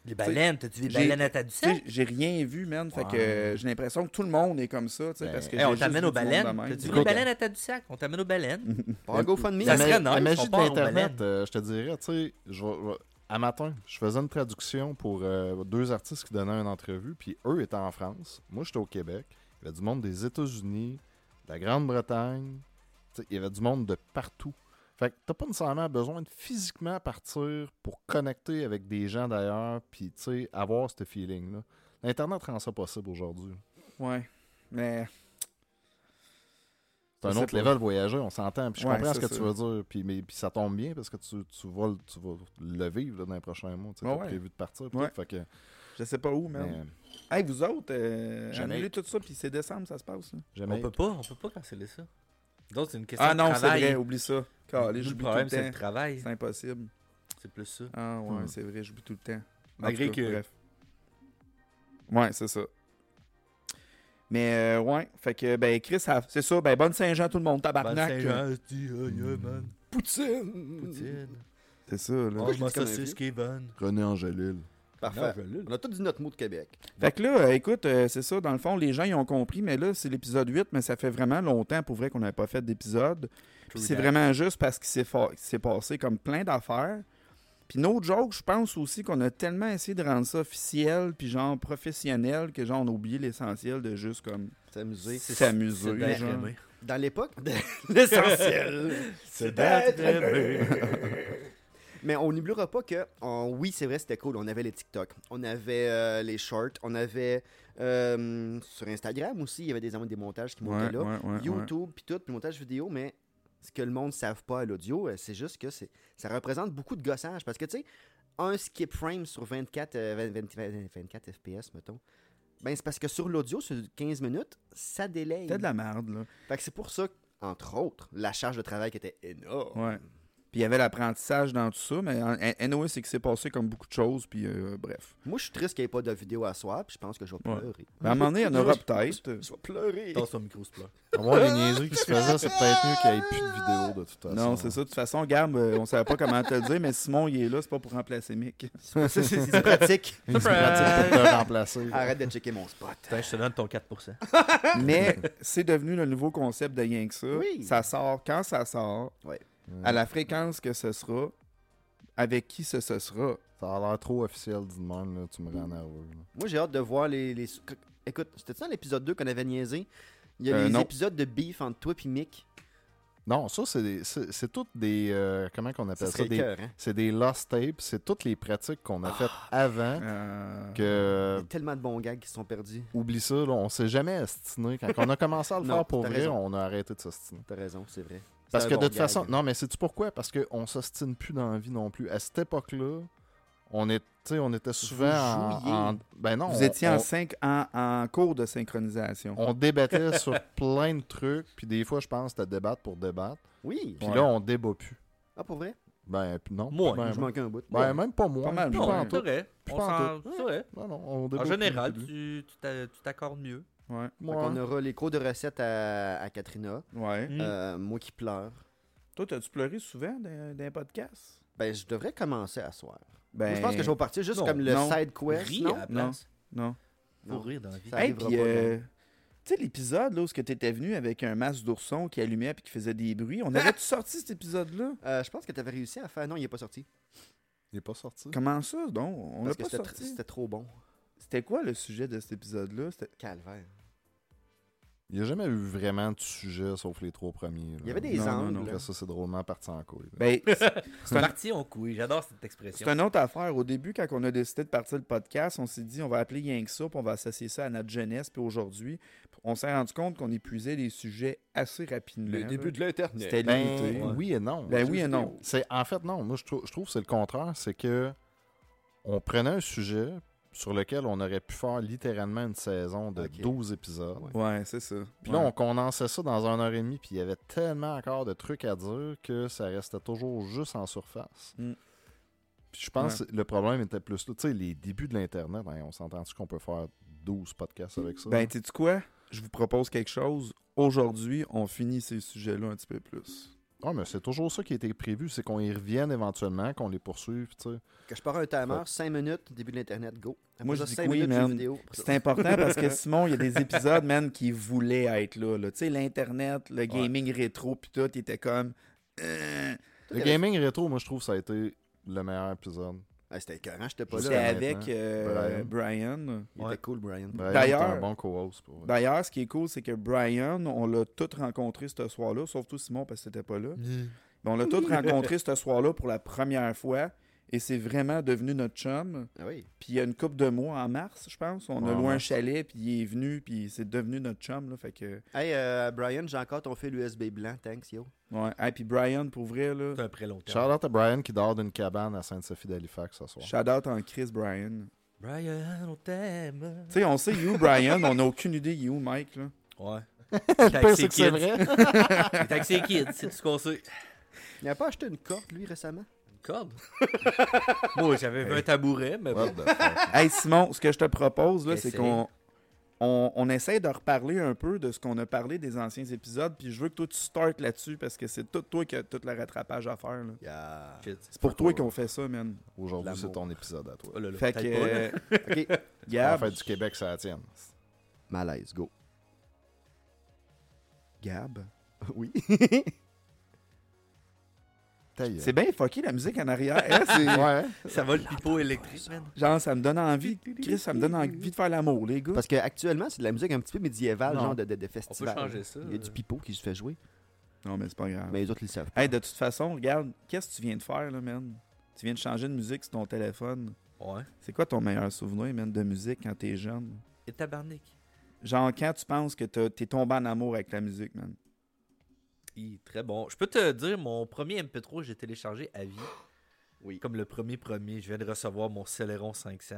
Les
T'sais,
baleines, t'as-tu des
j'ai-
baleines à
Tu sais,
Tadoussac?
j'ai rien vu, man. Fait que
Ouais.
euh, j'ai l'impression que tout le monde est comme ça, tu sais,
Ben,
parce que
Hey,
j'ai
on
juste
t'amène
vu
aux
du monde de
baleines.
même.
T'as-tu
C'est
des
quoi,
baleines à Tadoussac? On t'amène aux
Mhm.
baleines.
Pas un GoFundMe.
Ça
La
serait
ma-
nice,
La
on
magie
part en baleine.
d'Internet, euh, je te dirais, tu sais, je vais- je vais- à matin, je faisais une traduction pour euh, deux artistes qui donnaient une entrevue, puis eux étaient en France, moi j'étais au Québec, il y avait du monde des États-Unis, de la Grande-Bretagne, tu sais, il y avait du monde de partout. Fait que t'as pas nécessairement besoin de physiquement partir pour connecter avec des gens d'ailleurs, puis tu sais, avoir ce feeling-là. L'Internet rend ça possible aujourd'hui.
Ouais. Mais
C'est un
Je sais
autre
pas.
level voyager, on s'entend. Puis je
Ouais,
comprends ce
ça,
que tu
ça.
veux dire. Puis, mais, puis ça tombe bien parce que tu, tu, vas, le- tu vas le vivre là, dans les prochains mois. Tu as
Ouais, ouais.
prévu de partir. puis
Ouais. Ben
tout, fait que,
je sais pas où, man.
Ben,
mais, euh,
Hey, vous autres, euh,
Jamais.
annulez tout ça, puis c'est décembre, ça se passe. là.
jamais.
On peut pas, on peut pas canceller ça. D'autres, c'est une question
Ah
de
non, c'est
travail.
vrai, oublie ça. Calé,
Nous, le
j'oublie tout
problème,
le
c'est le
temps.
travail.
C'est impossible.
C'est plus ça.
Ah ouais,
Hmm.
c'est vrai, j'oublie tout le temps. En
Malgré
tout cas,
que-
Bref. Ouais, c'est ça. Mais euh, ouais, fait que, ben, Chris, ça- c'est ça. Ben, bonne Saint-Jean, tout le monde,
Bonne
tabarnak.
Saint-Jean, je dis, oh, yeah, man.
Poutine!
Poutine.
C'est ça, là.
Mange ma
je dis comme un
saucisse, Kevin.
René Angélil.
Parfait.
Non, je l'ai, là.
On a tous dit notre mot de Québec.
Fait que là, euh, écoute, euh, c'est ça, dans le fond, les gens, ils ont compris, mais là, c'est l'épisode 8, mais ça fait vraiment longtemps, pour vrai, qu'on n'avait pas fait d'épisode. Puis
True
c'est
that.
vraiment juste parce qu'il s'est fa- qu'il s'est passé comme plein d'affaires. Puis notre joke, je pense aussi qu'on a tellement essayé de rendre ça officiel, puis genre professionnel, que genre, on a oublié l'essentiel de juste comme
S'amuser.
C'est-
s'amuser.
C'est d'être
genre.
aimé.
Dans l'époque, l'essentiel,
C'est d'être aimé.
Mais on n'oubliera pas que, en- oui, c'est vrai, c'était cool. On avait les TikTok, on avait euh, les shorts, on avait euh, sur Instagram aussi, il y avait des, des montages qui montaient
Ouais, ouais,
là.
ouais, ouais.
YouTube, puis tout, puis montage vidéo, mais ce que le monde ne savent pas à l'audio, euh, c'est juste que c'est ça représente beaucoup de gossage. Parce que, tu sais, un skip frame sur 24, euh, 20, 20, 20, 24 FPS, mettons, ben c'est parce que sur l'audio, sur 15 minutes, ça délaye.
C'était de la merde, là.
Fait que c'est pour ça, entre autres, la charge de travail qui était énorme.
Ouais. Puis il y avait l'apprentissage dans tout ça, mais en- en- NOS, c'est que c'est passé comme beaucoup de choses, puis euh, bref.
Moi, je suis triste qu'il n'y ait pas de vidéo à soir, puis je pense que je vais
Ouais. Ben,
pleurer.
Mais à un moment donné, il y en aura peut-être.
Je vais pleurer.
Dans son micro, c'est plat.
Avoir les niaiseries qui se faisaient, c'est peut-être mieux qu'il n'y ait plus de vidéos de toute façon.
Non, c'est ça. De toute façon, Gab, euh, on savait pas comment te le dire, mais Simon, il est là, c'est pas pour remplacer Mick.
Ça, c'est- c'est pratique.
Une pratique pour te remplacer.
Arrête de checker mon spot.
Putain, je te donne ton 4%.
Mais c'est devenu le nouveau concept de Rien que ça.
Oui.
Ça sort quand ça sort,
Ouais.
à la fréquence que ce sera, avec qui ce, ce sera.
Ça a l'air trop officiel, dis de même, là, tu me rends nerveux. là.
Moi, j'ai hâte de voir les. les- Écoute, c'était ça l'épisode 2 qu'on avait niaisé Il y a
Euh,
les
non.
épisodes de beef entre toi et Mick.
Non, ça, c'est des- c'est c'est toutes des. euh, comment qu'on
Ça
appelle ça,
serait
Des-
cœur, hein?
C'est des lost tapes. C'est toutes les pratiques qu'on a faites
Ah.
avant.
Euh,
Que,
Il y a tellement de bons gags qui sont perdus.
oublie ça, là, on s'est jamais ostiné. Quand on a commencé à le
Non,
faire pour
t'as
vrai,
raison.
on a arrêté de s'ostiner.
T'as raison, c'est vrai. C'est
Parce
un
que
bon
de toute
gag.
façon, non, mais sais-tu pourquoi? Parce qu'on s'ostine plus dans la vie non plus. À cette époque-là, on, est, tu sais, on était souvent
jouiez.
en, en- Ben non,
vous
on-
étiez
on-
en, cinq, en, en cours de synchronisation.
on débattait sur plein de trucs, puis des fois, je pense, c'était débattre pour débattre.
Oui.
Puis
Ouais.
là, on débat plus.
Ah, pour vrai?
Ben, p- non.
Moi,
ben,
Je manquais un bout.
ben, même pas moi.
Pas mal,
plus
moi.
hein.
pantoute.
c'est vrai.
Puis
On
pas
s'en- c'est vrai.
Non, non, on débat
En
plus
général,
depuis le
tu tu t'a- tu t'accordes mieux.
Ouais.
début.
Fait
Ouais.
qu'on aura les cours de recettes à, à Katrina.
ouais.
Mm.
Euh, moi qui pleure.
Toi, t'as-tu pleuré souvent d'un d'un podcast?
Ben, je devrais commencer à soir.
Ben,
Moi, je pense que je vais partir juste
non,
comme le
non.
side quest.
Ris
non?
à la
Non.
place.
Non.
Non.
Faut rire dans la vie.
Ça
Hey,
arrivera
puis,
pas,
euh, tu sais, l'épisode là, où tu étais venu avec un masque d'ourson qui allumait puis qui faisait des bruits, on avait-tu sorti cet épisode-là?
Euh, je pense que t'avais réussi à faire. Non, il n'est pas sorti.
Il n'est pas sorti.
Comment ça, donc? On l'a
parce que
pas
c'était tr-
sorti.
c'était trop bon.
C'était quoi le sujet de cet épisode-là? C'était-
Calvaire.
Il n'y a jamais eu vraiment de sujet, sauf les trois premiers. là.
Il y avait des
Non, non,
angles.
non.
Après
là.
ça, c'est drôlement parti en couille. là.
Ben,
C'est parti en couille. J'adore cette
C'est
expression.
une autre affaire. Au début, quand on a décidé de partir le podcast, on s'est dit on va appeler Yank ça, puis on va associer ça à notre jeunesse. Puis aujourd'hui, on s'est rendu compte qu'on épuisait les sujets assez rapidement. là.
de l'Internet.
C'était limité.
Ben, oui et non.
Ben oui et non.
C'est en fait non, moi je trouve je trouve que c'est le contraire, c'est que on prenait un sujet sur lequel on aurait pu faire littéralement une saison de
Ok.
12 épisodes.
Ouais.
Ouais, c'est ça.
Puis là,
Ouais.
on condensait ça dans un heure et demie, puis il y avait tellement encore de trucs à dire que ça restait toujours juste en surface.
Mm.
Puis je pense que le problème était plus là. Tu sais, les débuts de l'Internet, hein, on s'entend-tu qu'on peut faire 12 podcasts avec ça?
Ben,
là?
tu sais quoi? Je vous propose quelque chose. Aujourd'hui, on finit ces sujets-là un petit peu plus.
Ouais, mais c'est toujours ça qui était prévu, c'est qu'on y revienne éventuellement, qu'on les poursuive, tu sais.
Que je pars un timer, 5 minutes, début de l'Internet, go. Après
Moi,
ça,
je dis
cinq
que oui,
minutes, jeux
man.
vidéo. Après
C'est
ça-
important parce que Simon, il y a des épisodes, man, qui voulaient être là. là. Tu sais, l'Internet, le gaming rétro, puis tout, il était comme. euh,
Le gaming rétro, moi, je trouve que ça a été le meilleur épisode.
Ah, C'était écœurant, j'étais pas
J'étais
là.
avec euh, Brian.
Il était cool, Brian.
Brian,
D'ailleurs-
t'es un bon co-host. pour vrai.
D'ailleurs, ce qui est cool, c'est que Brian, on l'a tous rencontré ce soir-là, sauf toi, Simon, parce que t'étais pas là.
Mm.
Mais on l'a tous rencontré ce soir-là pour la première fois. Et c'est vraiment devenu notre chum.
Ah oui.
Puis il y a une coupe de mois en mars, je pense. On
Ouais,
a
en
loué un
mars.
chalet, puis il est venu, puis c'est devenu notre chum. Là, fait que...
Hey, euh, Brian, j'ai encore ton fil USB blanc, thanks, yo.
ouais. Ah, puis Brian, pour vrai, là,
C'est un très long terme.
Shout out à Brian qui dort d'une cabane à Sainte-Sophie d'Halifax ce soir.
shout-out en Chris, Brian.
Brian, on t'aime.
Tu sais, on sait you, Brian, on n'a aucune idée you, Mike. Là.
Ouais.
Le pire, c'est que c'est vrai.
Taxi Kids, c'est tout ce qu'on sait.
Il a pas acheté une corde, lui, récemment?
Une corde. Moi, j'avais vu un tabouret, mais
What
bon.
the fuck?
Hey Simon, ce que je te propose, là, c'est
Essaye.
qu'on on, on essaie de reparler un peu de ce qu'on a parlé des anciens épisodes, puis je veux que toi tu startes là-dessus parce que c'est tout toi qui as tout le rattrapage à faire. là.
Yeah.
Shit.
C'est pour toi
cool.
qu'on fait ça, man.
Aujourd'hui,
L'amour.
c'est ton épisode à toi.
Oh là là,
Fait que,
peut-être pas, là.
euh,
OK.
La
Gab,
fête du Québec, ça la tienne.
Malaise, go. Gab? Oui.
Ta gueule.
c'est bien fucké la musique en arrière. Hein, c'est-
Ouais.
Ça va le pipeau électrique, man.
genre, ça me donne envie, Chris, ça me donne envie de faire l'amour, les gars.
Parce qu'actuellement, c'est de la musique un petit peu médiévale,
Non.
genre de, de, de
On
festival.
peut changer ça.
Il y a du pipeau qui se fait jouer,
Non, mais c'est pas grave.
mais les autres, ils le savent.
Hey, de toute façon, regarde, qu'est-ce que tu viens de faire, là, man? Tu viens de changer de musique sur ton téléphone.
Ouais.
C'est quoi ton meilleur souvenir, man, de musique quand t'es jeune?
Et tabarnak.
Genre, quand tu penses que t'as- t'es tombé en amour avec la musique, man.
Hi, Très bon. Je peux te dire, mon premier MP3, j'ai téléchargé à vie.
Oui.
Comme le premier premier, je viens de recevoir mon Celeron 500.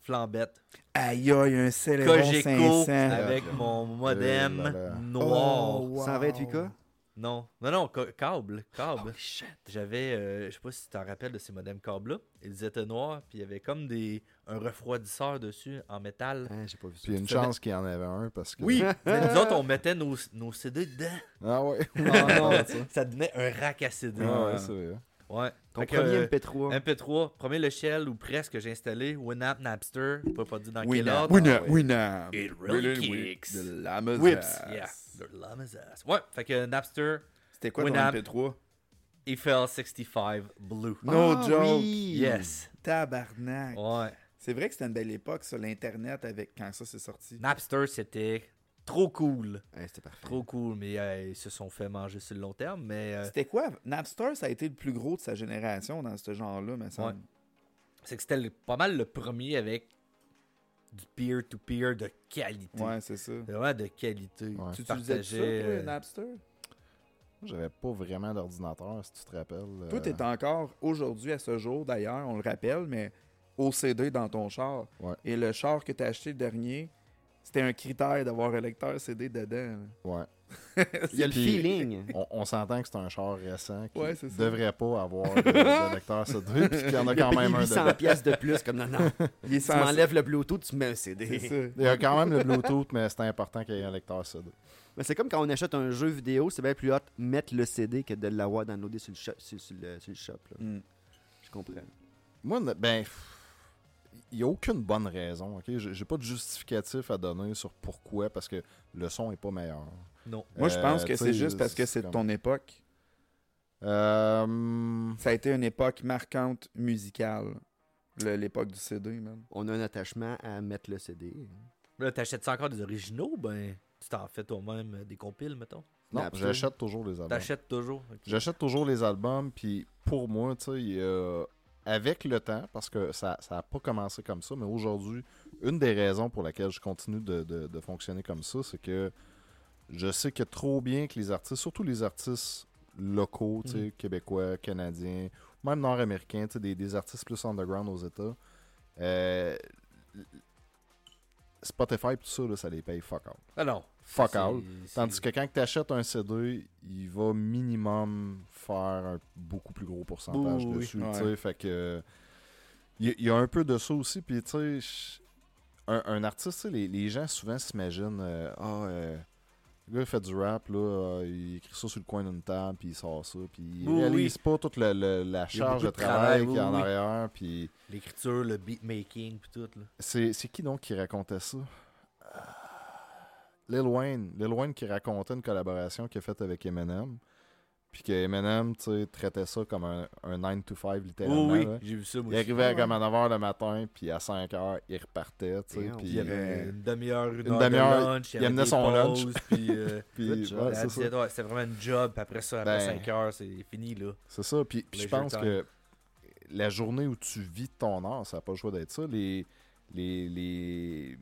Flambette.
Aïe, aïe, un célèbre
Cogeco
500.
avec
là.
mon modem
Euh, là, là.
noir.
Oh. 128K?
Non, non, non, ca- câble, câble.
Oh,
J'avais, euh, je sais pas si tu t'en rappelles de ces modems câbles-là. Ils étaient noirs, puis il y avait comme des, un refroidisseur dessus en métal.
Ah, j'ai pas vu ça.
Puis une chance qu'il y en avait un parce que.
Oui, mais nous autres, on mettait nos, nos CD dedans.
Ah ouais.
Oh non, ça donnait un rack à CD.
Ah ouais, c'est vrai.
Ouais.
Ton
Fait que,
premier
euh,
MP3.
MP3, premier logiciel ou presque que j'ai installé, Winamp, Napster, je peux pas dire dans quel
Winamp,
ordre. Ah
Winamp,
ouais.
Winamp.
It really
Really
kicks.
De la mesace.
Whips, yeah. They're lame as ass. Ouais, fait que Napster,
C'était quoi ton
Winamp.
MP3?
EFL65 Blue.
No
Ah,
joke.
oui.
Yes.
Tabarnak.
Ouais.
C'est vrai que c'était une belle époque, ça, l'Internet, avec quand ça s'est sorti.
Napster, c'était Trop cool.
Ouais, C'était parfait.
Trop cool. Mais euh, ils se sont fait manger sur le long terme. Mais euh,
C'était quoi? Napster, ça a été le plus gros de sa génération dans ce genre-là, mais ça.
Ouais. c'est que c'était le- pas mal le premier avec du peer-to-peer de qualité.
Ouais, c'est ça.
Vraiment de qualité.
Ouais.
Tu utilisais ça, toi,
partageais, euh,
Napster?
J'avais pas vraiment d'ordinateur, si tu te rappelles.
Toi,
euh,
t'es encore, aujourd'hui, à ce jour d'ailleurs, on le rappelle, mais au CD dans ton char.
Ouais.
Et le char que t'as acheté le dernier, c'était un critère d'avoir un lecteur CD dedans.
Ouais.
Il y a le
Puis-
feeling.
On, on s'entend que c'est un char récent qui
Ouais, c'est ça.
devrait pas avoir de, de lecteur CD, puis qu'il y en a quand même un dedans.
800 pièces de plus, comme non, non.
Il est
Tu
censé-
m'enlèves le Bluetooth, tu mets un
C'est
CD.
ça.
Il y a quand même le Bluetooth, mais c'est important qu'il y ait un lecteur CD.
Mais Ben, c'est comme quand on achète un jeu vidéo, c'est bien plus hot mettre le CD que de l'avoir downloadé sur le shop. Sur, sur le, sur le shop là.
Mm.
Je comprends.
Moi, ne- ben, il n'y a aucune bonne raison. ok? J'ai j'ai pas de justificatif à donner sur pourquoi, parce que le son est pas meilleur.
Non.
Moi, je
Euh,
pense que
tu sais,
c'est juste parce que c'est de
comme-
ton époque.
Euh,
Ça a été une époque marquante musicale. Le- L'époque du CD, man.
On a un attachement à mettre le CD.
Là, t'achètes ça encore des originaux, ben tu t'en fais toi-même euh, des compiles, mettons.
Ah Non,
Napster.
j'achète toujours les albums.
T'achètes toujours. ok.
J'achète toujours les albums, puis pour moi, tu sais, il y a- avec le temps, parce que ça n'a pas commencé comme ça, mais aujourd'hui, une des raisons pour laquelle je continue de, de- de fonctionner comme ça, c'est que je sais que trop bien que les artistes, surtout les artistes locaux, tu sais, québécois, canadiens, même nord-américains, tu sais, des, des artistes plus underground aux États, euh, Spotify, tout ça, là, ça les paye fuck out.
Ah non.
Fuck
C'est-
out.
c'est-
Tandis que quand tu achètes un CD, il va minimum faire un beaucoup plus gros pourcentage
Oui, oui, oui.
dessus.
Ouais.
tu sais, Fait que. Il y, il y a un peu de ça aussi. Puis, tu sais, je- un, un artiste, tu sais, les, les gens souvent s'imaginent euh, Ah, euh, le gars, il fait du rap, là, euh, il écrit ça sur le coin d'une table, puis il sort ça. Puis, il
Oui, oui.
réalise pas toute le- le- la charge
beaucoup
de
de travail,
travail qu'il y a
oui,
en
oui.
arrière. Puis,
L'écriture, le beatmaking, puis tout. Là.
c'est c'est qui donc qui racontait ça? Euh, Lil Wayne. Lil Wayne qui racontait une collaboration qu'il a faite avec Eminem. Puis que Eminem, tu sais, traitait ça comme un, 9 to 5 littéralement.
oui,
là.
oui, j'ai vu ça, moi
Il
aussi.
arrivait à comme à 9h le matin, puis à 5h, il repartait, tu sais.
Damn.
Puis,
Il y avait
euh,
une demi-heure, une, heure
demi-heure,
de lunch,
il amenait
des
son
pauses,
lunch.
puis, euh,
puis,
Good job.
ouais,
la
c'est ça.
diète, ouais, c'était vraiment une job, puis après ça, après
Ben.
5 heures, c'est fini, là.
C'est ça. Puis puis je
Leisure
pense
time.
que la journée où tu vis de ton art, ça n'a pas le choix d'être ça. Les, les, les,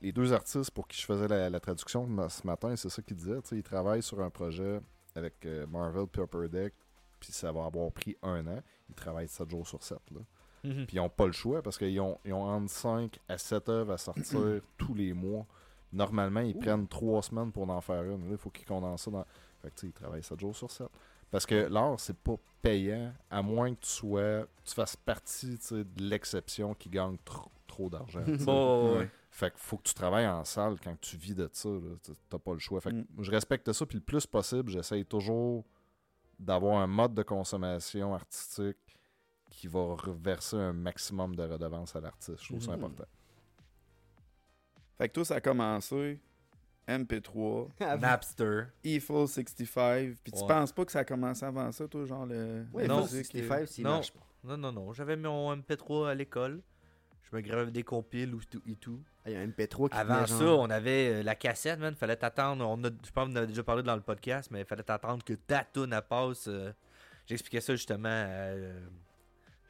les deux artistes pour qui je faisais la, la traduction ma- ce matin, c'est ça qu'ils disaient. tu sais, Ils travaillent sur un projet avec euh, Marvel puis Upper Deck, puis ça va avoir pris un an. Ils travaillent 7 jours sur 7. Là.
Mhm.
Puis ils n'ont pas le choix parce qu'ils ont, ils ont entre 5 à 7 œuvres à sortir tous les mois. Normalement, ils prennent 3 semaines pour en faire une. Là, il faut qu'ils condensent ça dans. Fait que tu sais, ils travaillent 7 jours sur 7. Parce que l'art, c'est pas payant, à moins que tu sois. Tu fasses partie tu sais, de l'exception qui gagne trop, trop d'argent. tu sais.
Bon, ouais.
Fait que faut que tu travailles en salle quand tu vis de ça. là. Tu- T'as pas le choix. Fait que
Mm.
je respecte ça. Puis le plus possible, j'essaye toujours d'avoir un mode de consommation artistique qui va reverser un maximum de redevances à l'artiste. Je trouve ça
Mhm.
important.
Fait que tout ça a commencé MP3,
Napster.
Eiffel 65. Puis tu
Ouais.
penses pas que ça a commencé avant ça, toi, genre le.
Ouais,
la
non,
non,
musique, euh,
65, s'il
non.
marche pas.
Non, non, non. J'avais mon MP3 à l'école. Je me gravais des compiles ou tout- et tout.
Ah, Il y a un MP3 qui
Avant
venait,
ça,
genre,
on avait euh, la cassette, man. Fallait t'attendre. On a, je pense qu'on en a déjà parlé dans le podcast, mais il fallait t'attendre que ta toune elle passe. euh. J'expliquais ça justement à euh,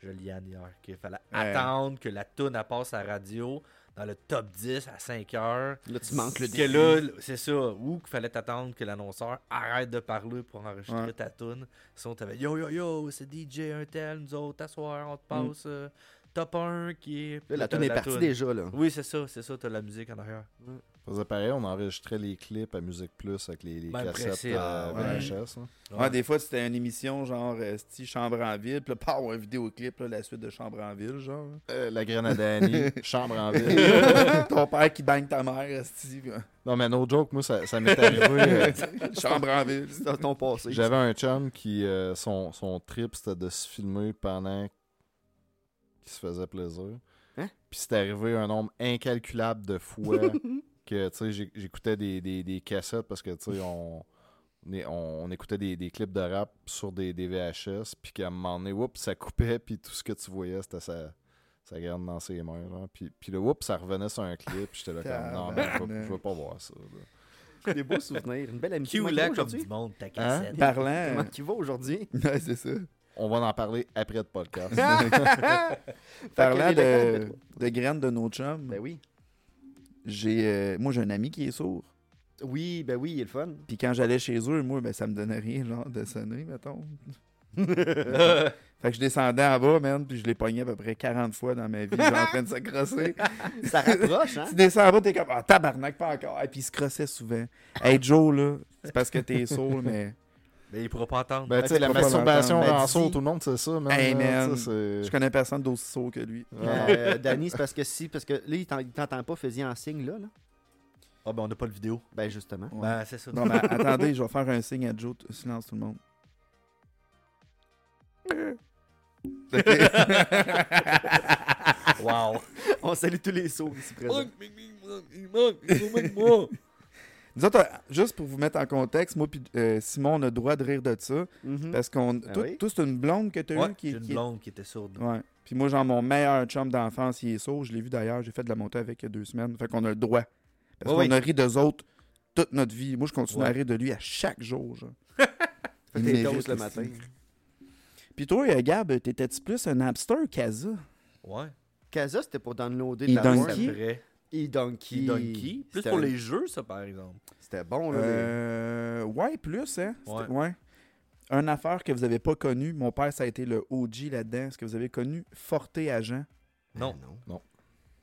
Joliane hier. Qu'il fallait
Ouais.
attendre que la toune elle passe à la radio dans le top 10 à 5 heures.
Là, tu manques le
Que
début.
là, l- c'est ça. Ou qu'il fallait t'attendre que l'annonceur arrête de parler pour enregistrer
Ouais.
ta toune. Sinon, t'avais Yo Yo Yo, c'est DJ un tel, nous autres, t'asseoir, on te passe euh, top 1 qui est.
Mm. Là, la
T'as
tune est partie
toune.
déjà, là.
Oui, c'est ça, c'est ça, t'as la musique en arrière.
Faisait pareil, on enregistrait les clips à Musique Plus avec les, les
Ben,
cassettes
pressé,
euh,
ouais.
VHS. hein.
Ouais, des fois, c'était une émission genre euh, Sti Chambre en ville, puis là, pow, un vidéoclip, là, la suite de Chambre en ville, genre.
Euh, la Grenadanie, Chambre en ville.
Ton père qui bang ta mère, Sti.
Non, mais no joke, moi, ça, ça m'est arrivé. euh,
Chambre en ville.
C'est dans ton passé.
J'avais un chum qui, euh, son, son trip, c'était de se filmer pendant qu'il se faisait plaisir.
Hein?
Puis c'est arrivé un nombre incalculable de fois que, tu sais, j'éc- j'écoutais des, des- des cassettes parce que, tu sais, on, on est- on- on écoutait des, des clips de rap sur des, des VHS, puis qu'à un moment donné, oups, ça coupait, puis tout ce que tu voyais, c'était ça ça garde dans ses mains, genre. Puis, puis le oups, ça revenait sur un clip, puis j'étais là comme, non, mais je veux- je veux pas voir ça. là.
Des beaux souvenirs. Une belle amitié.
Q
Comment
là
il
comme
va aujourd'hui?
du Mm. monde, ta
Hein?
cassette.
Parlant.
Comment tu vas aujourd'hui?
Ouais, c'est ça.
On va en parler après le podcast.
Parlant
Fait que les
de,
locaux,
de graines de nos chums,
Ben oui.
j'ai, euh, moi, j'ai un ami qui est sourd.
Oui, ben oui, il est le fun.
Puis quand j'allais chez eux, moi, ben, ça me donnait rien, genre, de sonner, mettons. Fait que je descendais en bas, man, puis je l'ai pogné à peu près 40 fois dans ma vie, genre, en train de se crosser.
Ça rapproche, hein?
Tu descends en bas, t'es comme, ah, tabarnak, pas encore. Et puis il se crossait souvent. Hey, Joe, là, c'est parce que t'es sourd, mais
Mais il pourra pas entendre.
ben, tu sais, la
faut pas
masturbation
l'entendre.
en
Ben,
saut,
dis-
tout le monde, c'est ça, man.
Hey,
là,
man.
tu sais,
je
c'est-
connais personne d'aussi sourd que lui.
Euh, Danny, c'est parce que si, parce que là, il t'en- il t'entend pas, fais-y en signe, là, là.
Ah, ben, on n'a pas de vidéo.
Ben justement.
Ouais.
Ben, c'est ça.
Non, mais attendez, je vais faire un signe à Joe. T- Silence, tout le monde.
Wow.
On salue tous les sauts ici présents.
Nous autres, euh, juste pour vous mettre en contexte, moi puis euh, Simon, on a le droit de rire de ça.
Mhm.
Parce qu'on.
Ah
tout,
oui?
tout, c'est une blonde que t'as
Hmm. Ben Ouais,
eue qui
j'ai
est.
une
qui est-
blonde qui était sourde.
Ouais. Puis moi, genre, mon meilleur chum d'enfance, il est sourd. Je l'ai vu d'ailleurs, j'ai fait de la montée avec il y a deux semaines. Fait qu'on a le droit. Parce
Ouais,
qu'on a ri d'eux autres toute notre vie. Moi, je continue
Ouais.
à rire de lui à chaque jour. Genre.
Fais
Il
tes
mérite,
doses le
aussi.
matin.
Puis toi, euh, Gab, t'étais-tu plus un hamster qu'Aza?
Ouais.
Casa, c'était pour downloader
Et
de la
Donkey.
Word.
Qui?
Après,
Et Donkey.
qui Donkey. Plus
C'était
pour
un-
les jeux, ça, par exemple.
C'était bon, là. les-
Euh, ouais, plus, hein? C'était-
Oh, Ouais.
Ouais. Un affaire que vous avez pas connue, mon père, ça a été le OG là-dedans. Est-ce que vous avez connu Forte Agent?
Non.
Ah,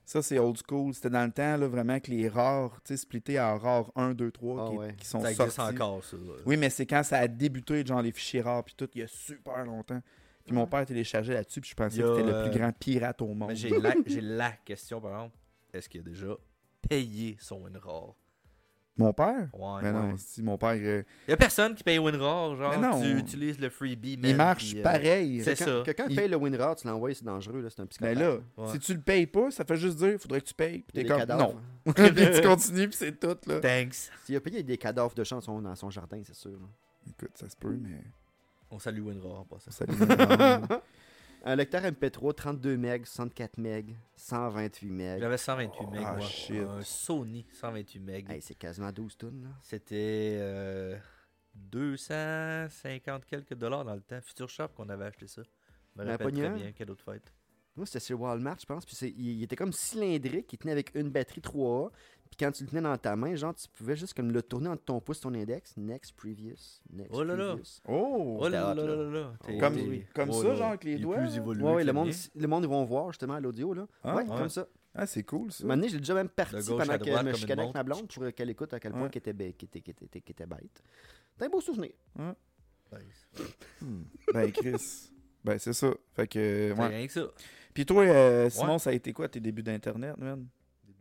Ça, c'est old school. C'était dans le temps, là, vraiment, que les rares, tu sais, splittés en rares 1, 2, 3
Ah
qui,
ouais.
qui sont
ça existe
sortis.
encore, ça. là.
Oui, mais c'est quand ça a débuté, genre les fichiers rares, puis tout, il y a super longtemps. Puis mon père téléchargeait là-dessus, puis je pensais
Il y a,
que c'était le
euh,
plus grand pirate au monde.
Mais j'ai la, j'ai la question, par exemple. Est-ce qu'il a déjà payé son WinRAR?
Mon père?
Ouais.
mais non, si mon père, euh,
Il y a personne qui paye WinRAR,
Mais
genre.
non.
Tu utilises le freebie, man,
il marche
puis, euh,
pareil.
c'est ça.
Quand quelqu'un
Il-
paye le WinRAR, tu l'envoies, c'est dangereux, là. C'est un
Mais
psychopathe.
Ben là,
Ouais.
si tu le payes pas, ça fait juste dire, faudrait que tu payes. Puis
Il y
t'es
a des
comme,
cadavres.
non. puis tu continues, puis c'est tout, là.
Thanks.
S'il a payé des cadavres de chansons dans son jardin, c'est sûr. là.
Écoute, ça se peut, mais
On salue WinRAR en passant.
ça les met dans-
Un lecteur MP3, 32 MB, 64 MB, 128 MB.
J'avais 128 megs,
ah,
moi.
shit.
Un Sony 128 megs.
Hey, c'est quasiment 12 tonnes, là.
C'était euh, 250 quelques dollars dans le temps. Future Shop qu'on avait acheté ça. Je me
Mais
rappelle
pas
très
niant.
bien, cadeau de fête.
Moi, c'était chez Walmart, je pense. Puis c'est- il, il était comme cylindrique, il tenait avec une batterie 3A. Puis quand tu le tenais dans ta main, genre, tu pouvais juste comme le tourner entre ton pouce et ton index. Next, previous, next,
Oh là là.
previous.
Oh!
Oh là
c'était
là
hot,
là
là.
là là. T'es-
Comme-
t'es-
comme ça, genre, avec les
il est
doigts,
Plus
là.
évolué
Ouais, ouais,
que
le monde,
mien.
le monde, ils vont voir justement à l'audio, là.
Ah,
ouais,
ouais.
comme ça.
Ah, c'est cool, ça.
Maintenant, j'ai déjà même parti
De gauche
pendant
à
que
droite,
je me
comme une
chicanais avec
montre.
ma blonde pour qu'elle écoute à quel point
Ouais.
qu'elle était, bé- qu'elle était, qu'elle était, qu'elle était bête. C'est un beau souvenir.
Nice.
Ben, Chris. Ben, c'est ça. Fait que,
C'est
ouais.
rien que ça.
Puis toi, euh, Simon, ça a été quoi tes débuts d'Internet, man?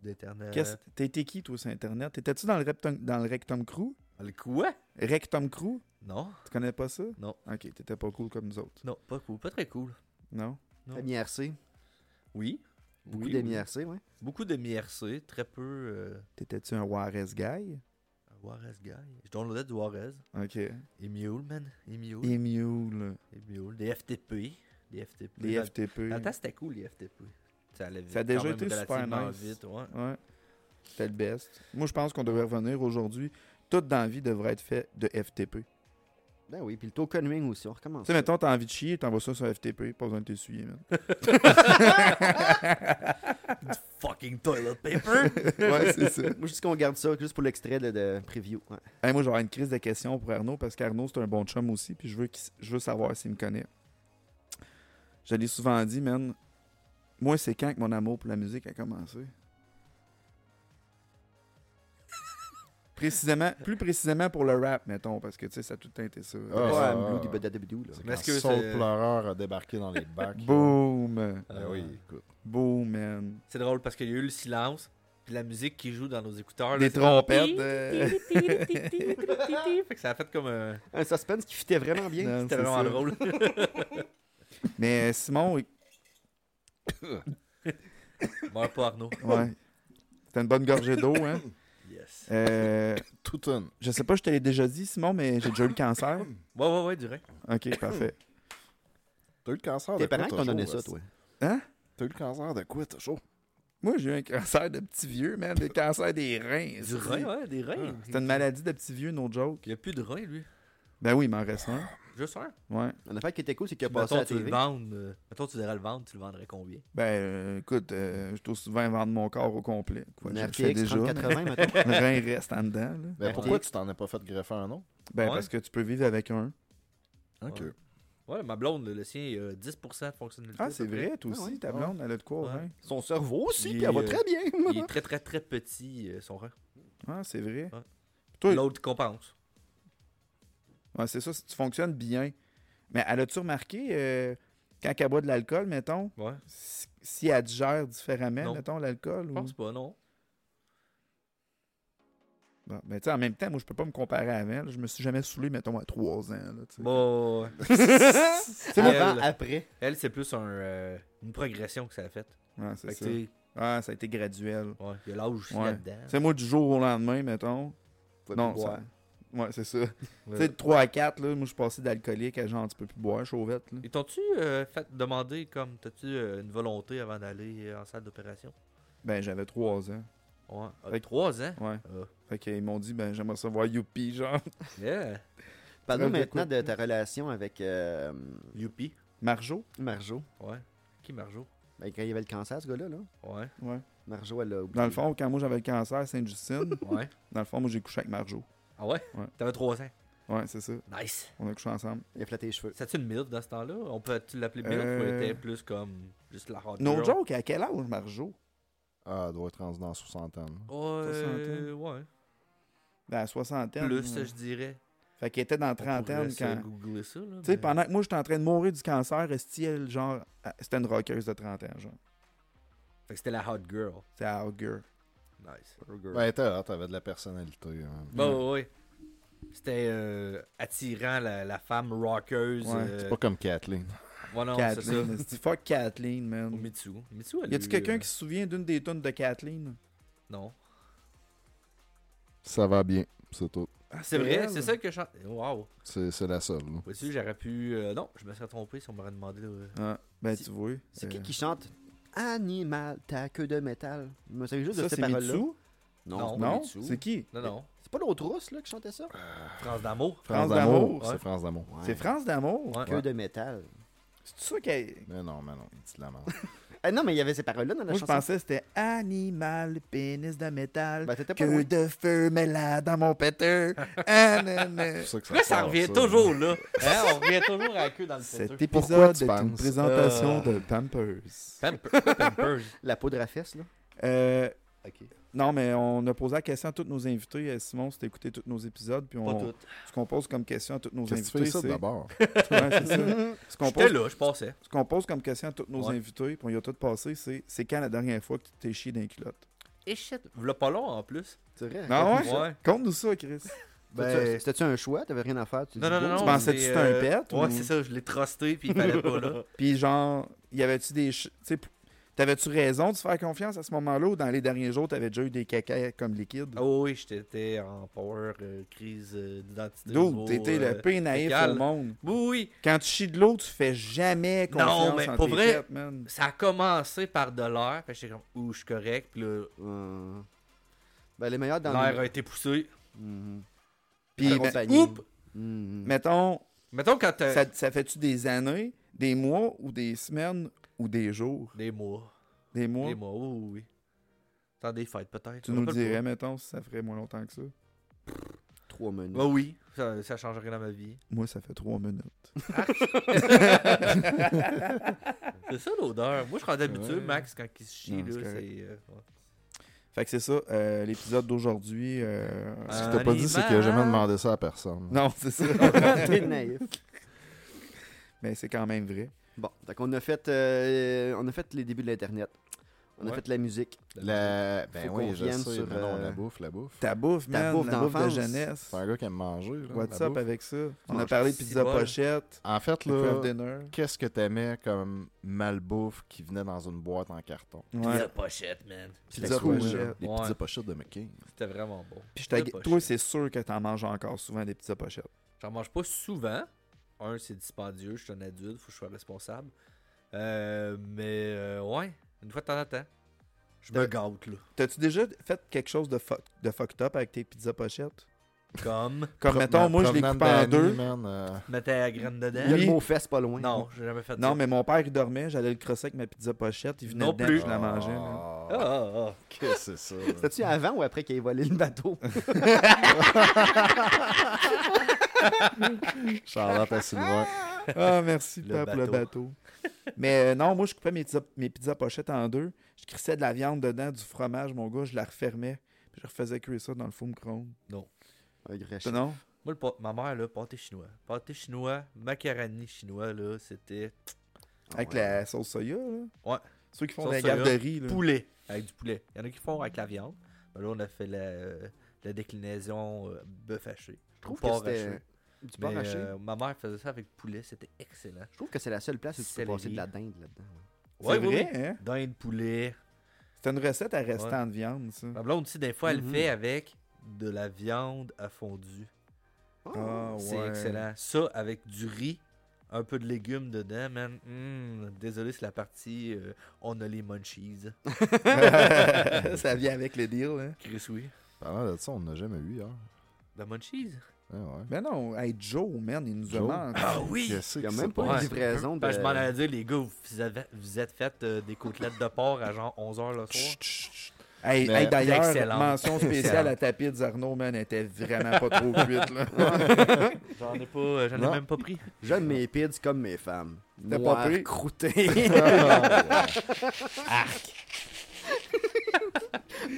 D'Internet.
Qu'est-ce- T'étais qui, toi, sur Internet? T'étais-tu dans le, Reptum- dans le Rectum Crew?
Ah, Le quoi?
Rectum Crew?
Non.
Tu connais pas ça?
Non.
Ok, t'étais pas cool comme nous autres.
Non, pas cool. Pas très cool.
Non?
Non.
La MIRC,
Oui.
beaucoup
oui,
de
oui.
MIRC, ouais.
Beaucoup de MIRC. Très peu. Euh,
T'étais-tu un Juarez guy?
Juarez Guy. Je downloadais du Juarez.
Ok.
Emule, man. Emule.
Emule,
Emule. Des FTP. Des FTP. Dans
les
le
FTP.
Dans le temps, c'était cool, les FTP. Ça, allait vite,
Ça a déjà
quand même,
été super
relativement
nice.
Vite, ouais.
Ouais. C'était le best. Moi, je pense qu'on devrait revenir aujourd'hui. Toute dans la vie devrait être fait de FTP. Tu
Ben oui, puis le token ring aussi, on recommence.
sais, mettons, t'as envie de chier, t'envoies ça sur FTP, pas besoin de t'essuyer, man.
Fucking toilet paper!
ouais, c'est ça.
Moi, je dis qu'on garde ça juste pour l'extrait de, de preview. ouais.
Hey, moi, j'aurais une crise de questions pour Arnaud, parce qu'Arnaud, c'est un bon chum aussi, puis je veux, qu'il- je veux savoir s'il me connaît. Je l'ai souvent dit, man, moi, c'est quand que mon amour pour la musique a commencé? Précisément, plus précisément pour le rap, mettons, parce que, tu sais, ça a tout le temps été ça.
Ah,
pas
ça
un
va.
blue du badadabidou, là.
C'est
Mais
quand
est-ce que
Soul
c'est-
Pleureur a débarqué dans les bacs. là.
Boom!
Ben oui, écoute.
Boom, man.
C'est drôle parce qu'il y a eu le silence, puis la musique qui joue dans nos écouteurs.
Des
là, c'est
trompettes.
comme-
euh,
Fait que ça a fait comme euh, un.
Un suspense qui fitait vraiment bien.
non,
C'était
c'est ça.
vraiment drôle.
Mais euh, Simon, il-
Meurs pas, Arnaud.
ouais. C'était une bonne gorgée d'eau, hein.
Yes.
Euh,
Tout une.
je sais pas, je te l'ai déjà dit, Simon, mais j'ai déjà eu le cancer.
Ouais, ouais, ouais, du rein.
Ok, parfait.
T'as eu le cancer de
Tes
quoi,
parents qui
t'as
t'ont
chaud,
donné ça,
hostie?
toi.
Hein?
T'as eu le cancer de quoi, t'as chaud?
Moi, j'ai eu un cancer de petit vieux, man. Le cancer des reins.
Du rein, ouais, des reins.
C'était Ah, une maladie de petit vieux, no joke.
Il n'y a plus de rein, lui.
Ben oui, il m'en reste un.
Juste un.
Ouais.
Un affaire qui était cool, c'est qu'il a passé
Mettons,
à la
tu le
TV.
vends. euh, mettons, tu devrais le vendre, tu le vendrais combien
Ben, euh, écoute, euh, je trouve souvent vendre mon corps au complet. Quoi, je le fais
Netflix,
déjà. 80.
30-80, mettons.
Le rein reste en dedans. là.
Mais
Ouais.
Ben, pourquoi tu t'en as pas fait greffer un autre
Ben,
Ouais.
parce que tu peux vivre avec un.
Ok.
Ouais. Ouais, ma blonde, le, le sien, il a 10% de fonctionnalité. à
Ah,
peu
c'est
près.
vrai, toi aussi, ta
Ouais.
blonde, elle a de quoi au
Ouais.
rein.
Son cerveau aussi,
Il
puis elle va
euh,
est,
très bien.
Il est très, très, très petit, euh, son rein.
Ah, c'est vrai.
Ouais.
Toi,
L'autre compense.
Ouais, c'est ça, si tu fonctionnes bien. Mais elle a-tu remarqué, euh, quand elle boit de l'alcool, mettons,
Ouais.
si, si elle digère différemment,
Non.
mettons, l'alcool?
Je
Ou...
pense pas, non.
Bon, ben, tu sais, en même temps, moi, je peux pas me comparer à elle. Je me suis jamais saoulé, mettons, à 3 ans. Là, tu sais.
Bon,
C'est avant,
elle.
après.
elle, c'est plus un, euh, une progression que ça a faite.
Ouais, c'est
Fait que,
ça.
tu sais,
Ah, ça a été graduel.
ouais, il y a l'âge aussi
Ouais.
là-dedans.
C'est moi, du jour au lendemain, mettons. Non,
boire.
ça... Ouais, c'est ça.
Ouais.
Tu sais, de 3 à 4, là, moi, je suis passé d'alcoolique à genre, tu peux plus boire, chauvette. Là.
Et t'ont-tu euh, fait demander, comme, t'as-tu euh, une volonté avant d'aller euh, en salle d'opération
Ben, j'avais 3 ans.
Ouais. Ah,
Fait que-
Trois ans
Ouais.
Ah.
Fait qu'ils m'ont dit, ben, j'aimerais ça voir Youpi, genre.
Yeah.
Parle-nous
Très
maintenant de ta relation avec euh,
Youpi.
Marjo?
Marjo.
Ouais. Qui, Marjo
Ben, quand il y avait le cancer, ce gars-là, là.
Ouais.
Ouais.
Marjo, elle a oublié.
Dans le fond, quand moi, j'avais le cancer à Sainte-Justine,
Ouais.
dans le fond, moi, j'ai couché avec Marjo.
ah ouais,
Ouais.
T'avais trois ans.
Ouais, c'est ça.
Nice.
On a couché ensemble.
Il a flatté les cheveux.
C'était une MILF dans ce temps-là? On peut-tu l'appeler MILF ou
Euh.
elle était plus comme juste la hot
No
girl?
joke, à quel âge, Marjo?
Ah, elle doit être rendue dans 60 ans. là.
Euh, ouais.
Ben, à soixantaine.
Plus,
ouais.
je dirais.
Fait qu'elle était dans
On
trentaine
pourrait se
quand...
googler ça, là.
Tu sais,
mais-
pendant que moi, j'étais en train de mourir du cancer, esti, elle, genre... elle- C'était une rockeuse de 30 ans, genre.
Fait que c'était la hot girl.
C'est à Augur.
Nice.
Ben, elle était hot, elle avait de la personnalité. hein.
Bon, ouais. C'était euh, attirant, la, la femme rockeuse.
Ouais,
euh,
C'est pas comme Kathleen.
ouais, non, c'est ça.
Kathleen, esti. Fuck Kathleen,
Ou
man.
Mitsu. Mitsu, elle
Y a-tu
eu,
quelqu'un
euh,
qui se souvient d'une des tonnes de Kathleen?
Non.
Ça va bien, c'est tout.
Ah,
C'est vrai,
elle?
c'est ça que je chante. Waouh.
C'est c'est la seule. là.
Vois-tu, j'aurais pu. euh, non, je me serais trompé si on m'aurait demandé. euh,
Ah, ben,
C'est-
tu vois.
C'est
euh,
qui qui chante Animal, ta queue de métal Vous me savez juste
Ça,
de ces
c'est
paroles-là
Mitsu?
Non,
Non,
Non?
c'est pas
C'est
Mitsu.
qui?
Non, non.
C'est pas l'autre rousse là, qui chantait ça
Ah, France d'amour.
France d'amour,
C'est
ouais.
France d'amour.
Ouais.
C'est France d'amour?
Ouais.
Queue de métal.
C'est ça qu'elle...
Mais non, mais non, il dit de la merde.
Ah non, mais il y avait ces paroles-là dans la
Moi, je
chanson.
pensais que c'était animal, pénis de métal,
Ben, t'étais pas
queue
loin.
de feu, mais là, dans mon péteur. Ah, nan, nan.
C'est pour ça que ça
Là, ça
part,
revient
ça.
toujours, là. Hein, on revient toujours à la queue dans le
Cet
fêteux.
Pourquoi
épisode
tu
est une
penses?
présentation
Euh.
de Pampers.
Pamper- Pampers.
La poudre à fesses, là.
Euh,
Ok.
non, mais on a posé la question à tous nos invités. Euh, Simon, c'est écouter tous nos épisodes. Puis
Pas
on,
toutes.
ce qu'on pose comme question à tous nos
Qu'est-ce que tu
invités,
fais ça
c'est.
d'abord?
Ouais, c'est ça. Ce qu'on
J'étais
pose,
là, je passais.
ce qu'on pose comme question à tous nos
Ouais.
invités, puis on y a tout passé, c'est c'est quand la dernière fois que tu t'es chié d'un culotte
Et shit. V'là pas long en plus.
C'est vrai.
Non, Ah, ouais?
Ouais.
Compte-nous ça, Chris.
C'était- C'était-tu un choix T'avais rien à faire tu
Non,
dis
non, non,
go.
non.
tu pensais-tu
j'ai,
que c'était
euh,
un pet?
Ouais,
ou-
c'est ça, je l'ai trusté, puis il fallait pas là.
Puis genre, y avait-tu des. ch- Tu sais, p- t'avais-tu raison de se faire confiance à ce moment-là ou dans les derniers jours, t'avais déjà eu des caca comme liquide?
Ah oui, j'étais en power, euh, crise euh, d'identité.
D'où
niveau,
t'étais
euh,
le pire naïf
fécal.
au monde.
Oui, oui.
Quand tu chies de l'eau, tu fais jamais
Non,
confiance
mais
en
pour
tes
vrai-
têtes, man.
Ça a commencé par de l'air, puis j'étais comme, ouh, je suis correct, puis là,
Euh, Ben, les meilleurs dans
l'air a été poussé.
Mhm.
Puis,
Par
ben,
compagnie.
Oups!
Mhm.
mettons,
Mettons quand t'as.
ça, ça fait-tu des années, des mois ou des semaines ou des jours?
Des mois.
Des mois?
Des mois, oui, oui, oui. Dans des fêtes, peut-être.
Tu
on
nous
rappelle
dirais, mettons, si ça ferait moins longtemps que ça.
Trois
pas.
menus.
Bah oui, ça, ça change rien dans ma vie.
Moi, ça fait trois minutes.
C'est ça l'odeur. Moi, je rends habitué,
Ouais.
Max, quand il se chie,
Non,
là,
c'est
c'est.
correct.
euh, ouais.
Fait que c'est ça, euh, l'épisode d'aujourd'hui. euh,
Ce
Euh,
que t'as pas dit, c'est qu'il a jamais demandé ça à personne.
Non, c'est ça.
T'es naïf.
mais c'est quand même vrai.
Bon, donc on a fait, euh, on a fait les débuts de l'internet. On a
Ouais.
fait la musique.
La... Ben
Faut qu'on
oui, je
revienne
sais.
sur,
mais non,
euh,
la bouffe, la bouffe.
Ta bouffe,
Ta
man,
bouffe
la bouffe de
d'enfance.
jeunesse.
C'est un gars qui aime manger. Là,
What's
la
up
bouffe.
avec ça? On a
manges
parlé de
six
pizza
bols.
pochette,
En fait,
le craft
là,
dinner.
qu'est-ce que t'aimais comme malbouffe qui venait dans une boîte en carton? Ben,
Ouais.
La pochette, man.
Pizza
C'était cool,
pochette.
là. Les
Ouais.
pizzas pochettes de McCain.
C'était vraiment bon.
Puis je
La
t'ag-
pochette.
Toi, c'est sûr que t'en manges encore souvent des pizzas pochettes.
J'en mange pas souvent. Un, c'est dispendieux, je suis un adulte, faut que je sois responsable. Euh, mais euh, ouais, une fois de temps en temps. Je me gâte, là.
T'as-tu déjà fait quelque chose de, fuck, de fucked up avec tes pizzas pochettes?
Comme,
Comme, mettons, moi, je les coupe en deux.
euh,
mettais la graine dedans.
Il y a
Oui.
le mot fesse pas loin.
Ben Non, j'ai jamais fait
Non,
ça.
mais mon père, il dormait, j'allais le crosser avec ma pizza pochette, il venait
Non
dedans,
plus.
je la mangeais. là.
Ah, ah, ah.
Qu'est-ce que c'est ça? là?
C'était-tu avant ou après qu'il ait volé le bateau?
Charlotte à Sylvain.
Ah, merci,
Le
papa, le bateau. mais euh, non, moi, je coupais mes pizzas, mes pizzas pochettes en deux, je crissais de la viande dedans, du fromage, mon gars, je la refermais, puis je refaisais cuire ça dans le four micro
Un grand chien.
Non?
Moi, le pâ- ma mère, là, pâté chinois. Pâté chinois, macaroni chinois, là, c'était Ah
Avec la sauce soya, là.
Ouais.
Ceux qui font
Sauce
des
soya,
garderies, là.
poulet. Avec du poulet. Il y en a qui font avec la viande. Mais là, on a fait la, la déclinaison euh, bœuf haché. Je
trouve que
pas
c'était- Du porc haché.
ma mère faisait ça avec poulet, c'était excellent.
Je trouve que c'est la seule place où tu peux
Céleri.
passer de la dinde là-dedans. ouais.
C'est vrai, hein?
Dinde, poulet.
C'est une recette à restant de viande, ça.
Ma blonde aussi, des fois, elle
Mhm.
fait avec de la viande à fondue.
Ah,
C'est
ouais.
excellent. Ça, avec du riz, un peu de légumes dedans, man. Mm, désolé, c'est la partie euh, on a les munchies.
ça vient avec le deal, hein?
Chris, oui.
Parlant de ça, on n'a jamais eu hier.
La munchies?
Ah ouais.
Mais non, hey, Joe, man, il nous
Joe?
a menti.
Ah oui!
Qu'est-ce
Il y a
que
même
c'est
pas
pas-
une livraison de.
Ben, je m'en allais dire, les gars, vous, vous avez- vous êtes fait euh, des côtelettes de porc à genre 11h le soir.
Chut, chut, chut. Hey,
Mais-
hey, d'ailleurs,
Excellent.
mention spéciale
Excellent.
à ta pizza, Arnaud, man, elle était vraiment pas trop cuite, là.
J'en ai pas, euh, j'en ai
Non.
même pas pris.
J'aime mes pids comme mes femmes.
T'as pas
Noir,
pris?
croûté.
Ah, ouais.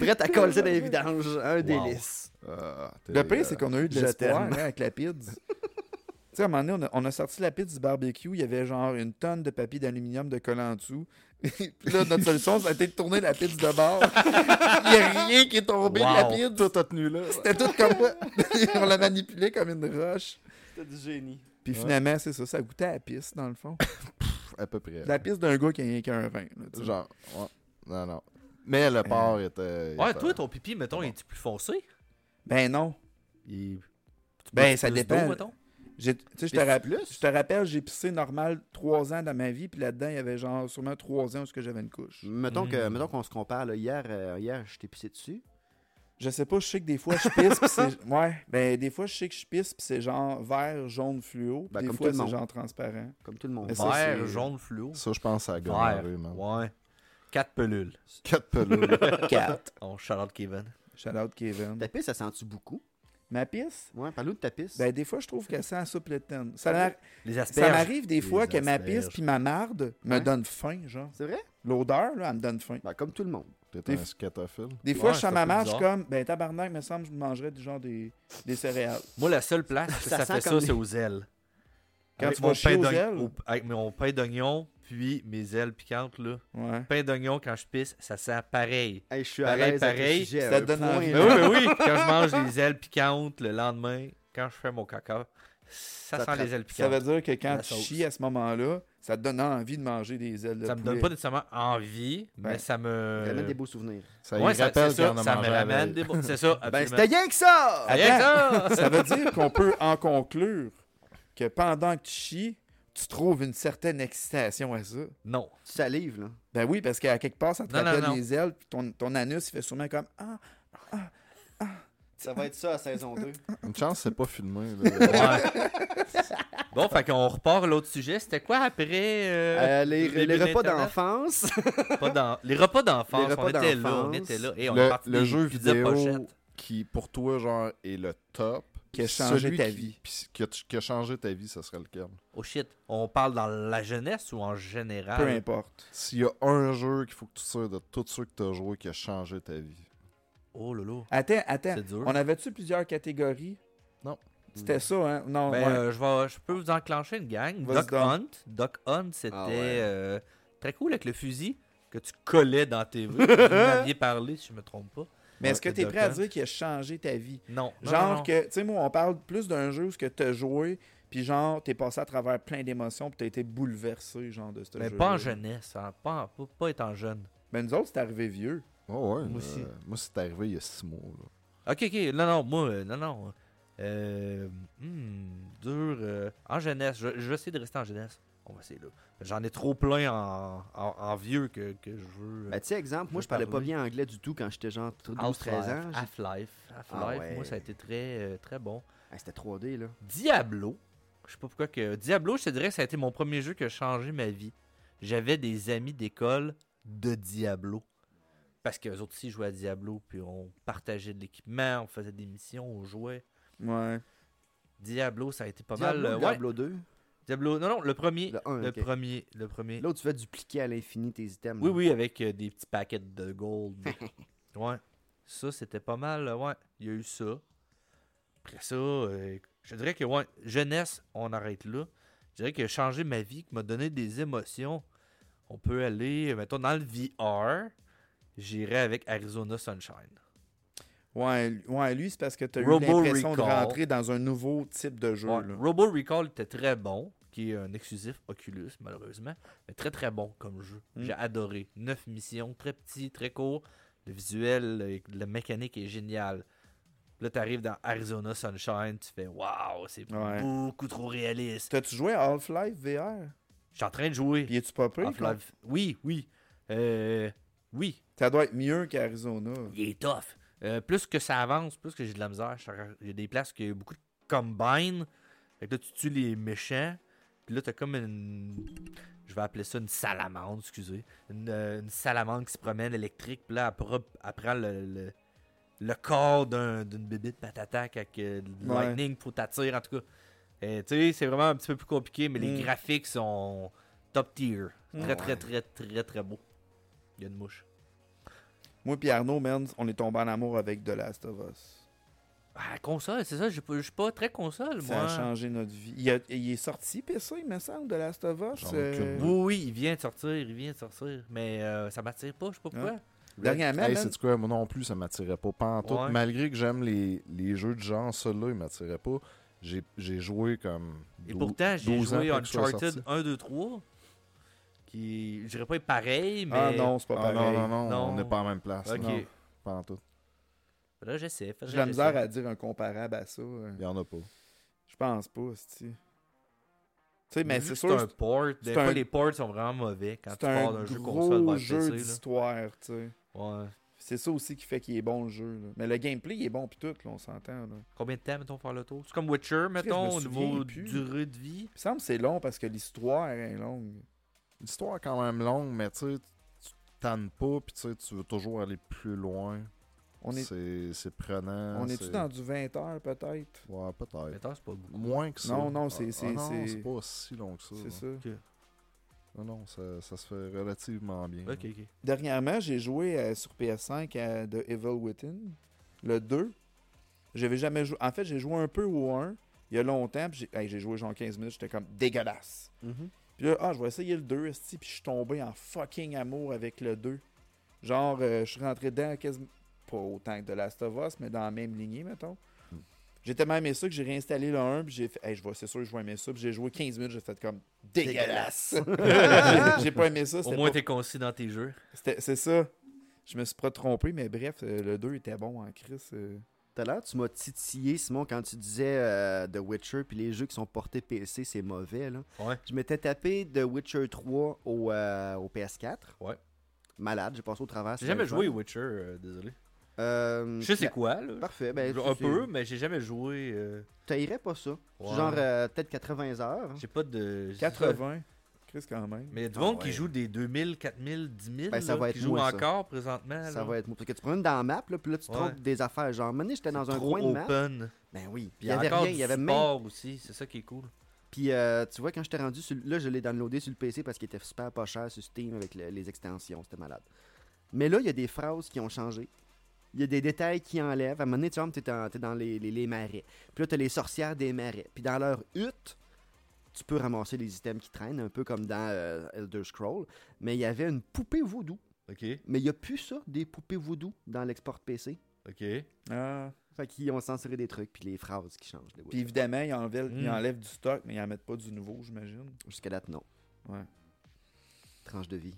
Prête à coller dans les vidanges. Un délice.
Ah, t'es-
Le pire, c'est qu'on a eu de
Je
l'espoir
t'aime.
hein, avec la pizza. tu sais, à un moment donné, on a, on a sorti la pizza du barbecue, il y avait genre une tonne de papier d'aluminium de collant en dessous. Puis là, notre solution, ça a été de tourner la pizza de bord. Il n'y a rien qui est tombé de la
Wow.
pizza.
Tout a tenu là.
C'était tout comme ça. on l'a manipulé comme une roche.
C'était du génie.
Puis
Ouais.
finalement, c'est ça, ça goûtait à la pisse, dans le fond.
À peu près.
La pisse d'un gars qui a rien qu'un vin. là, tu sais.
Genre, ouais. Non, non. Mais
Euh.
le porc était.
Ouais,
était-
toi, ton pipi, mettons,
Bon.
il est plus foncé?
Ben non.
Il...
Ben, ça dépend.
mettons?
J'ai- tu sais, Je te,
Pisses-tu
rapp-
plus?
je te rappelle, j'ai pissé normal trois ans dans ma vie, puis là-dedans, il y avait genre sûrement trois ans où est-ce que j'avais une couche.
Mettons que-
Mm.
mettons qu'on se compare. là. Hier, euh, hier, je t'ai pissé dessus.
Je sais pas, je sais que des fois, je pisse, puis c'est... Ouais, ben des fois, je sais que je pisse, puis c'est genre vert, jaune fluo, puis
Ben,
des
comme
fois,
tout le
c'est
monde.
genre transparent.
Comme tout le monde.
Mais ça,
Vert,
c'est-
jaune, fluo.
Ça, je pense à
Vert.
Gonorrhée, man.
Ouais. Quatre pelules.
Quatre pelules.
Quatre.
On Charlotte Oh, Kevin.
Shout out Kevin.
Ta pisse, ça sent-tu beaucoup?
Ma pisse?
Ouais, parle-nous de ta pisse.
Ben des fois, je trouve qu'elle sent la soupe letton. Ça m'a-
Les
Ça
asperges.
m'arrive des fois
Les
que ma
asperges.
pisse puis ma marde me
Ouais.
donne faim, genre.
C'est vrai?
L'odeur, là, elle me donne faim.
Ben, comme tout le monde.
T'es
Des-
un scatophile.
Des fois,
Ouais,
je suis à
c'est
ma
un peu
marche
bizarre.
comme, ben tabarnak, me semble, je mangerais du genre des, des céréales.
Moi, la seule place que
Ça
ça,
sent
fait
comme
ça,
les-
c'est aux ailes.
Quand
Avec
tu vas
mon
chier
pain
aux
d'oignon-
ailes?
au- Avec mon pain d'oignon, puis mes ailes piquantes, là.
Ouais.
Pain d'oignon, quand je pisse, ça sent pareil.
Hey, je suis
Pareil,
à l'aise avec
pareil,
le sujet à
ça
un
te donne
point,
envie.
Ben
là.
oui, ben oui. Quand je mange les ailes piquantes le lendemain, quand je fais mon caca, ça,
Ça
sent
te-
les ailes
Ça
piquantes.
veut dire que quand
La
tu
sauce.
chies à ce moment-là, ça te donne envie de manger des ailes de
Ça me donne
poulet.
pas nécessairement envie, mais
Ouais.
ça me.
Ramène des beaux souvenirs.
Ça
Ouais,
y
ça,
rappelle
c'est ça,
qu'on a
ça me
mangé la
ramène
veille.
des beaux. C'est ça,
Ben,
absolument.
c'était rien que ça!
Ah, rien que ça!
Ça veut dire qu'on peut en conclure que pendant que tu chies, tu trouves une certaine excitation à ça.
Non.
Tu salives, là.
Ben oui, parce qu'à quelque part, ça te
Non, non,
rappelle
non.
les ailes, puis ton, ton anus, il fait sûrement comme Ah,
Ça va être ça à saison 2.
Une chance, c'est pas filmé. là.
Ouais. bon, fait qu'on repart à l'autre sujet. C'était quoi après euh,
les,
le
les
début
repas
d'Internet?
d'enfance.
Pas d'en- Les repas d'enfance.
Les repas
on était là, on
d'enfance.
était là. Et on est
Le,
parti
le
des
jeu
pizzas
vidéo
pochettes.
qui, pour toi, genre, est le top.
Qui a changé
Celui
ta
qui-
vie.
pis- Qui a, qui a changé ta vie, ça serait lequel?
Oh shit, on parle dans la jeunesse ou en
peu
général?
importe.
S'il y a un jeu qu'il faut que tu tires de tous ceux que tu as joué qui a changé ta vie.
Oh lolo,
Attends, attends.
c'est dur.
On avait-tu plusieurs catégories?
Non.
C'était ça, hein? Non,
Ben,
ouais.
euh, je, vais- je peux vous enclencher une gang.
Vas-y
Doc
donc.
Hunt. Doc Hunt, c'était
Ah ouais.
euh, très cool avec le fusil que tu collais dans tes vœux. vous en aviez parlé, si je me trompe pas.
Mais est-ce que
ouais,
tu es
Doc
prêt à
Hunt.
dire qu'il a changé ta vie?
Non. non,
genre
non, non.
que, tu sais, moi, on parle plus d'un jeu où ce que t'as joué, puis genre, t'es passé à travers plein d'émotions, puis t'as été bouleversé, genre, de ce
Mais
jeu.
Ben, pas en jeunesse, hein, pas, en- pas, pas étant jeune.
Mais nous autres, c'est arrivé vieux.
Oh,
Moi
ouais, euh,
aussi.
moi, c'est arrivé il y a six mois. là.
Ok, ok, non, non, moi, euh, non, non. Euh, hmm, dur. euh, en jeunesse, je, je vais essayer de rester en jeunesse. on va essayer là. J'en ai trop plein en, en- en vieux que, que je veux. euh,
Ben, tu sais, exemple, moi,
Je
je parlais pas
parlais.
bien anglais du tout quand j'étais genre 12-13 ans. J'ai-
Half-Life. Half-Life,
Ah ouais.
moi, ça a été très, euh, très bon.
Ah, C'était 3D, là.
Diablo. Je sais pas pourquoi que. Diablo, je te dirais que ça a été mon premier jeu qui a changé ma vie. J'avais des amis d'école de Diablo. Parce qu'eux autres aussi jouaient à Diablo, puis on partageait de l'équipement, on faisait des missions, on jouait.
Ouais.
Diablo, ça a été pas
Diablo,
mal. euh, ouais.
Diablo 2.
Diablo, non, non, le premier.
Le
Le,
un, ok.
premier. Le premier.
Là où tu vas dupliquer à l'infini tes items.
Oui,
là.
oui, avec euh, des petits paquets de gold. ouais. Ça, c'était pas mal. euh, Ouais, il y a eu ça. Après ça, euh, je dirais que, ouais, jeunesse, on arrête là. Je dirais que changer ma vie, qui m'a donné des émotions. On peut aller, euh, mettons, dans le VR. J'irai avec Arizona Sunshine.
Ouais, lui- ouais, lui, c'est parce que t'as eu
Robo
l'impression de
Recall.
rentrer dans un nouveau type de jeu.
Ouais,
là.
Robo Recall était très bon, qui est un exclusif Oculus, malheureusement. Mais très, très bon comme jeu.
Mm.
J'ai adoré. Neuf missions, très petit, très court. Le visuel, le- la mécanique est géniale. Là, t'arrives dans Arizona Sunshine, tu fais Waouh, c'est
Ouais.
beaucoup trop réaliste.
T'as-tu joué à Half-Life VR?
Je suis en train de jouer.
Puis es-tu pas pris? quoi?
Half-Life. Oui, oui. Euh, oui,
Ça doit être mieux qu'Arizona.
il est tough. Euh, plus que ça avance, plus que j'ai de la misère. Je- J'ai des places qui ont beaucoup de combine. Fait que là, tu tues les méchants. Puis là, t'as comme une. Je vais appeler ça une salamande, excusez. Une, euh, une salamande qui se promène électrique. Puis là, elle, pro- elle prend le, le, le corps d'un- d'une bébite patata avec euh, de
Ouais.
lightning pour t'attirer, en tout cas. Euh, tu sais, c'est vraiment un petit peu plus compliqué, mais les
Mm.
graphiques sont top tier.
Mm.
Très, très, très, très, très beau. Il y a une mouche.
Moi et Arnaud, man, on est tombé en amour avec The Last of Us.
Ah, console, c'est ça, je je suis pas très console,
Ça
moi.
a changé hein. notre vie. Il, a- il est sorti PC, il me semble, The Last of Us.
J'en ai
euh,
aucune
Oui, oui, il vient de sortir, il vient de sortir, mais euh, ça m'attire pas, je sais pas pourquoi.
Dernièrement,
Hey,
man,
c'est quoi, moi non plus, ça m'attirait pas. pas en tout.
Ouais.
Malgré que j'aime les, les jeux de genre, celui-là, il m'attirait pas. J'ai j'ai joué comme.
Et
dou-
pourtant, j'ai
12 ans
joué
après que ce soit
Uncharted
sorti.
1, 2, 3, qui, je dirais pas est pareil, mais...
Ah non, c'est pas
Ah
pareil.
non, non, non,
Non.
on n'est pas en même place.
Ok,
Non, pas en tout.
là, j'essaie. faudrait
J'ai la
que
misère
j'essaie.
à dire un comparable à ça. euh.
Il y en a pas.
Je pense pas, c'est-tu. Tu sais, mais
Vu
c'est
que
sûr,
un port, des
c'est
fois,
un-
les ports sont vraiment mauvais quand
c'est
tu parles
un,
d'un jeu console
gros
vers
jeu
PC, là.
d'histoire, tu sais.
Ouais.
C'est ça aussi qui fait qu'il est bon le jeu. là. Mais le gameplay, il est bon pis tout, là, on s'entend. Là.
Combien de temps, mettons, faire le tour? C'est comme Witcher, mettons, au
souviens
niveau
plus.
durée de vie?
Il me semble que c'est long parce que l'histoire est longue.
L'histoire est quand même longue, mais tu sais, tu tannes pas, puis tu sais, tu veux toujours aller plus loin.
On est
C'est c'est prenant.
on
c'est-
est-tu dans du 20 heures peut-être?
Ouais, peut-être.
Mettons, c'est pas beaucoup.
Moins que ça.
Non, non,
Ah,
c'est-
ah
c'est-
non,
c'est-
c'est pas si long que ça.
C'est
là.
ça.
Non, non, ça, ça se fait relativement bien. Ah,
Ok, ok.
Dernièrement, j'ai joué euh, sur PS5 à The euh, Evil Within, le 2. J'avais jamais joué. En fait, j'ai joué un peu au 1 il y a longtemps. puis J'ai hey, j'ai joué genre 15 minutes, j'étais comme dégueulasse.
Mhm.
Puis là, ah, je vais essayer le 2, esti, puis je suis tombé en fucking amour avec le 2. Genre, euh, je suis rentré dedans quasiment, pas autant que de Last of Us, mais dans la même lignée, mettons.
Mm.
J'ai tellement aimé ça que j'ai réinstallé le 1, puis j'ai fait, hey, je vois, c'est sûr que je vais aimer ça, puis j'ai joué 15 minutes, j'ai fait comme, dégueulasse! J'ai- j'ai pas aimé ça,
Au
c'était
moins,
pas-
t'es concis dans tes jeux.
c'était- c'est ça. Je me suis pas trompé, mais bref, euh, le 2 était bon en Chris. euh.
Tout à l'heure, tu m'as titillé, Simon, quand tu disais euh, The Witcher, puis les jeux qui sont portés PC, c'est mauvais. Là.
Ouais.
Je m'étais tapé The Witcher 3 au, euh, au PS4.
Ouais.
Malade, j'ai passé au travers.
J'ai
c'était
jamais
le
joué
fun.
au Witcher, euh, désolé.
Mm.
Euh,
Je sais c'est
ben,
quoi, là.
Parfait. Ben,
un
tu-
peu, mais j'ai jamais joué. euh,
T'haïrais pas ça.
ouais.
Genre, euh, peut-être 80 heures.
J'ai pas de. j'ai ça.
80, Chris quand même.
Mais il y a du
Ah
monde
ouais.
qui joue des 2000, 4000, 10 000.
Ben, ça
là,
va
qui
être
joue
moi, ça.
encore présentement.
Ça
là.
va être mou. Parce que tu prends dans la map, là, puis là, tu
Ouais.
trompes des affaires. Genre, mené, j'étais dans
C'est
un
trop
coin de map.
open.
Ben oui. Puis
Puis
il y avait
encore
rien, il
du
y avait même.
support aussi, c'est ça qui est cool.
Puis euh, tu vois, quand j'étais rendu sur. Là, je l'ai downloadé sur le PC parce qu'il était super pas cher sur Steam avec le- les extensions. C'était malade. Mais là, il y a des phrases qui ont changé. Il y a des détails qui enlèvent. À un moment donné, tu vois, t'es en- t'es dans les, les, les marais. Puis là, t'as les sorcières des marais. Puis dans leur hutte, tu peux ramasser les items qui traînent, un peu comme dans euh, Elder Scroll. Mais il y avait une poupée voodoo.
Ok,
Mais il n'y a plus ça, des poupées voodoo, dans l'export PC.
ok.
Ah.
Fait qu'ils ont censuré des trucs, puis les phrases qui changent. les
Puis évidemment, ils enlèvent, ils
Mm.
enlèvent du stock, mais ils en mettent pas du nouveau, j'imagine.
Jusqu'à date, non.
Ouais.
Tranche de vie.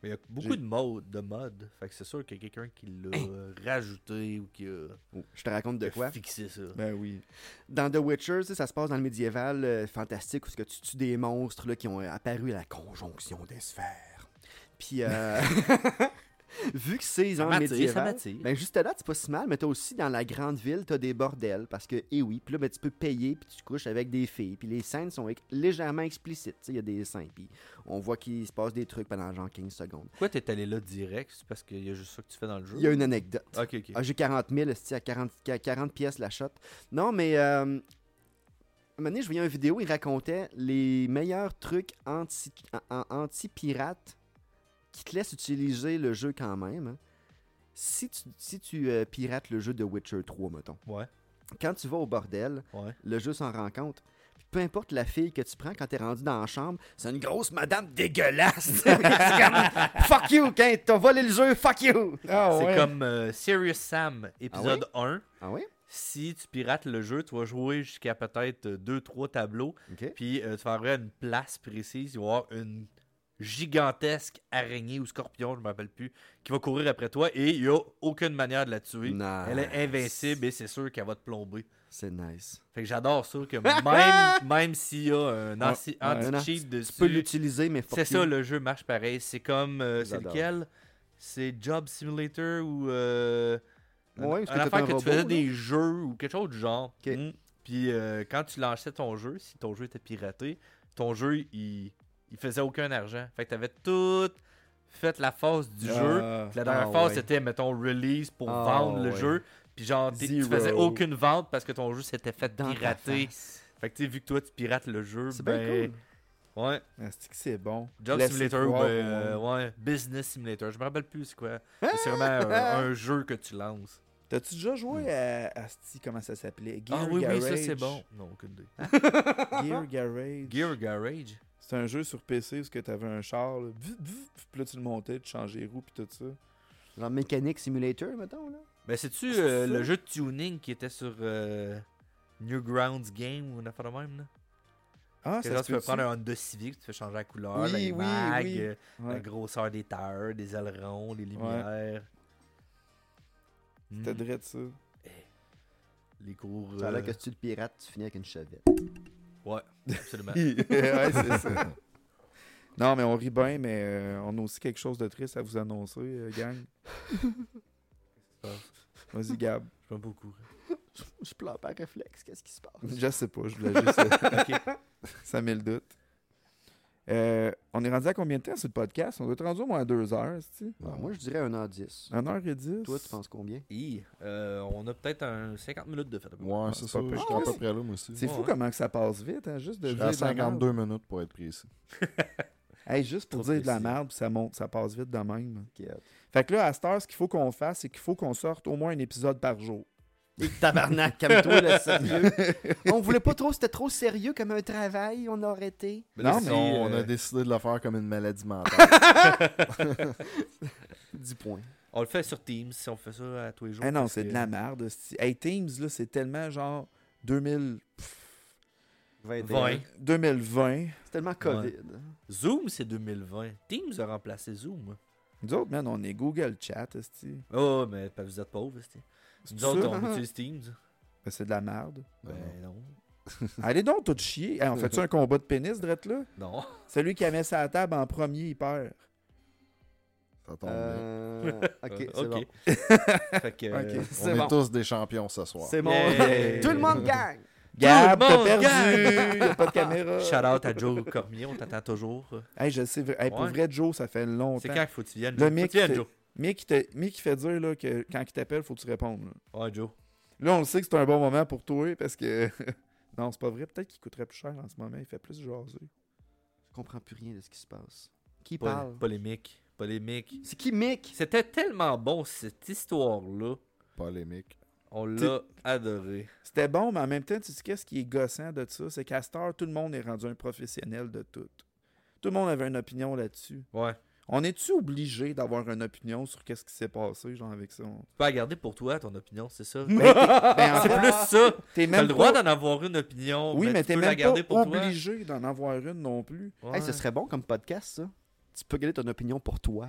Mais il y a beaucoup
J'ai-
de modes, de modes. Fait que c'est sûr qu'il y a quelqu'un qui l'a rajouté ou qui a,
Oh, Je te raconte de
qui a
quoi.
fixé ça.
Ben oui.
Dans The Witcher, tu sais, ça se passe dans le médiéval euh, fantastique où ce que tu tues des monstres là, qui ont euh, apparu à la conjonction des sphères. Puis, euh, vu que c'est
Ça
genre
m'attire, ça
médiéval,
m'attire.
ben juste là, c'est pas si mal, mais t'as aussi dans la grande ville, t'as des bordels parce que, eh oui, puis là, ben, tu peux payer puis tu couches avec des filles. Puis les scènes sont ex- légèrement explicites. tu sais, Il y a des seins, puis on voit qu'il se passe des trucs pendant genre 15 secondes.
Pourquoi t'es allé là direct? C'est parce qu'il y a juste ça que tu fais dans le jeu?
Il y a une anecdote.
Ok, ok.
Ah, j'ai 40 000, esti, à 40, à 40 pièces la shot. Non, mais euh, un moment donné, je voyais une vidéo, il racontait les meilleurs trucs anti- en- en- anti-pirates qui te laissent utiliser le jeu quand même. hein. Si tu, si tu euh, pirates le jeu de Witcher 3, mettons,
Ouais,
quand tu vas au bordel,
ouais.
le jeu s'en rend compte. Puis Peu importe la fille que tu prends quand t'es rendu dans la chambre, c'est une grosse madame dégueulasse. C'est comme, fuck you, quand t'as volé le jeu, fuck you.
Ah,
c'est comme euh, Serious Sam, épisode 1.
Ah oui?
Si tu pirates le jeu, tu vas jouer jusqu'à peut-être 2-3 tableaux.
Ok.
Puis euh, tu vas arriver à une place précise, il va y avoir une gigantesque araignée ou scorpion, je me rappelle plus, qui va courir après toi et il n'y a aucune manière de la tuer.
Nice.
Elle est invincible et c'est sûr qu'elle va te plomber.
C'est nice.
Fait que j'adore ça que même, même s'il y a un anti-
Ouais, ouais.
anti-cheat
Tu peux
dessus,
l'utiliser, mais fuck
c'est ça,
you.
le jeu marche pareil. C'est comme, euh, c'est
J'adore.
lequel C'est Job Simulator ou... Euh, un-
Ouais, parce
un
que t'as
affaire
un
que
robot,
tu faisais
là.
des jeux ou quelque chose du genre.
Ok.
Mm. Puis euh, quand tu lançais ton jeu, si ton jeu était piraté, ton jeu, il, il faisait aucun argent. Fait que t'avais tout fait la phase du jeu. Puis La dernière
Ah
phase,
ouais.
c'était, mettons, release pour
Ah
vendre le
ouais.
jeu. Puis genre, t'es- tu
Zero.
faisais aucune vente parce que ton jeu s'était fait
Dans ta
pirater.
face.
Fait que tu sais, vu que toi, tu pirates le jeu,
C'est bien
ben...
cool.
Ouais,
Asti que c'est bon.
Job
Laissez
Simulator,
croire
ben,
au
euh,
monde.
ouais, Business Simulator, je me rappelle plus c'est quoi. Mais C'est vraiment euh, un jeu que tu lances.
T'as-tu déjà joué à Asti, comment ça s'appelait Gear
hmm. ah oui,
Garage.
oui, ça c'est bon. Non, aucune idée.
Gear Garage.
Gear Garage.
C'est un jeu sur PC où tu avais un char, là, vf, vf, puis là tu le montais, tu changeais les roues, puis tout ça.
Genre Mechanic Simulator, mettons, là.
Ben, c'est-tu
Ah, C'est
euh,
ça.
le jeu de tuning qui était sur euh, Newgrounds Game ou une affaire de même? Là?
Ah,
Que genre,
ça
tu peux
se
prendre un Honda Civic, tu fais changer la couleur,
Oui,
les
oui,
vagues,
oui.
euh, la
Ouais.
grosseur des tailleurs, des ailerons, les lumières. Hmm,
C'était direct ça.
Les cours.
Ça a
euh,
l'air que si tu le pirates, tu finis avec une chevette.
Ouais, absolument.
ouais, c'est ça. Non, mais on rit bien, mais euh, on a aussi quelque chose de triste à vous annoncer, euh, gang.
Ah.
Vas-y, Gab.
Je pas beaucoup.
Je pleure par réflexe, qu'est-ce qui se passe?
Je sais pas, je voulais juste. euh, Ça met le doute. Euh, on est rendu à combien de temps sur le podcast On doit être rendu au moins à 2 heures, tu
Ah, moi, je dirais 1h10.
1h10.
Toi, tu penses combien?
Hi, euh, on a peut-être un 50 minutes de fait. à peu près.
Ouais,
c'est
c'est ça.
pas pire.
J'étais à peu près là, moi aussi.
C'est fou
Ouais.
comment que ça passe vite, hein, juste de
J'étais
dire
à
de la merde.
52 minutes pour être précis.
Hey, juste pour
Trop
dire de la
précis.
merde, puis ça monte, ça passe vite de même.
Inquiète.
Fait que là, à cette heure, ce qu'il faut qu'on fasse, c'est qu'il faut qu'on sorte au moins un épisode par jour.
Et tabarnak, calme-toi, le sérieux. on voulait pas trop, c'était trop sérieux comme un travail, on aurait été.
Mais là,
Non,
si,
Ah, mais
on, on
euh,
a décidé de le faire comme une maladie mentale.
10 points.
on le fait sur Teams si on fait ça à tous les jours.
Ah non,
parce
c'est de
que-
la merde. hostie. Hey, Teams, là, c'est tellement genre 2000,
Ouais.
2020.
C'est tellement COVID.
Zoom, c'est 2020. Teams a remplacé Zoom. hein.
Nous autres, man, on est Google Chat, hostie.
Oh, mais pas- vous êtes pauvres. c'est-
C'est
Nous
ça?
autres, on utilise Teams.
Ben, c'est de la merde.
Ben non.
Allez donc, tout chier. Hey, on fait-tu un combat de pénis, drette là?
Non.
Celui qui avait sa table en premier, il perd.
Ça tombe bien.
Euh, ok, c'est
Euh,
bon.
fait
Ok.
que, euh,
On
C'est
est
bon.
tous des champions ce soir.
C'est bon.
Yeah.
Tout le monde gagne.
Gab,
Tout le
t'as
monde gagne!
perdu! Il a pas de caméra.
Shout out à Joe Cormier, on t'attend toujours.
Hey, je sais, hey, pour
Ouais.
vrai, Joe, ça fait longtemps.
C'est quand qu'il faut que tu viennes,
Le
Joe? Faut que
mec
tu viennes,
fait-
Joe.
Mais qui te- mais qui fait dire là, que quand il t'appelle, faut que tu répondes. Là.
Ouais, Joe.
Là, on le sait que c'est un bon moment pour toi parce que. non, c'est pas vrai. Peut-être qu'il coûterait plus cher en ce moment. Il fait plus jaser.
Je comprends plus rien de ce qui se passe. Qui
Pol-
parle?
Polémique. Polémique.
C'est qui Mick?
C'était tellement bon, cette histoire-là.
Polémique.
On l'a adoré.
C'était bon, mais en même temps, tu sais qu'est-ce qui est gossant de ça? C'est qu'à Star, tout le monde est rendu un professionnel de tout. Tout le monde avait une opinion là-dessus.
Ouais.
On est-tu obligé d'avoir une opinion sur qu'est-ce qui s'est passé, genre, avec ça? On-
Tu peux la garder pour toi, ton opinion, c'est ça?
Ben, t'es- ben, en
c'est
fait,
plus ça!
t'es
T'as
même
le droit
pas-
d'en avoir une opinion.
Oui, mais
tu
t'es
peux la
même
garder
pas
pour
obligé d'en avoir une non plus.
toi.
Hey, ce serait bon comme podcast, ça. tu peux garder ton opinion pour toi.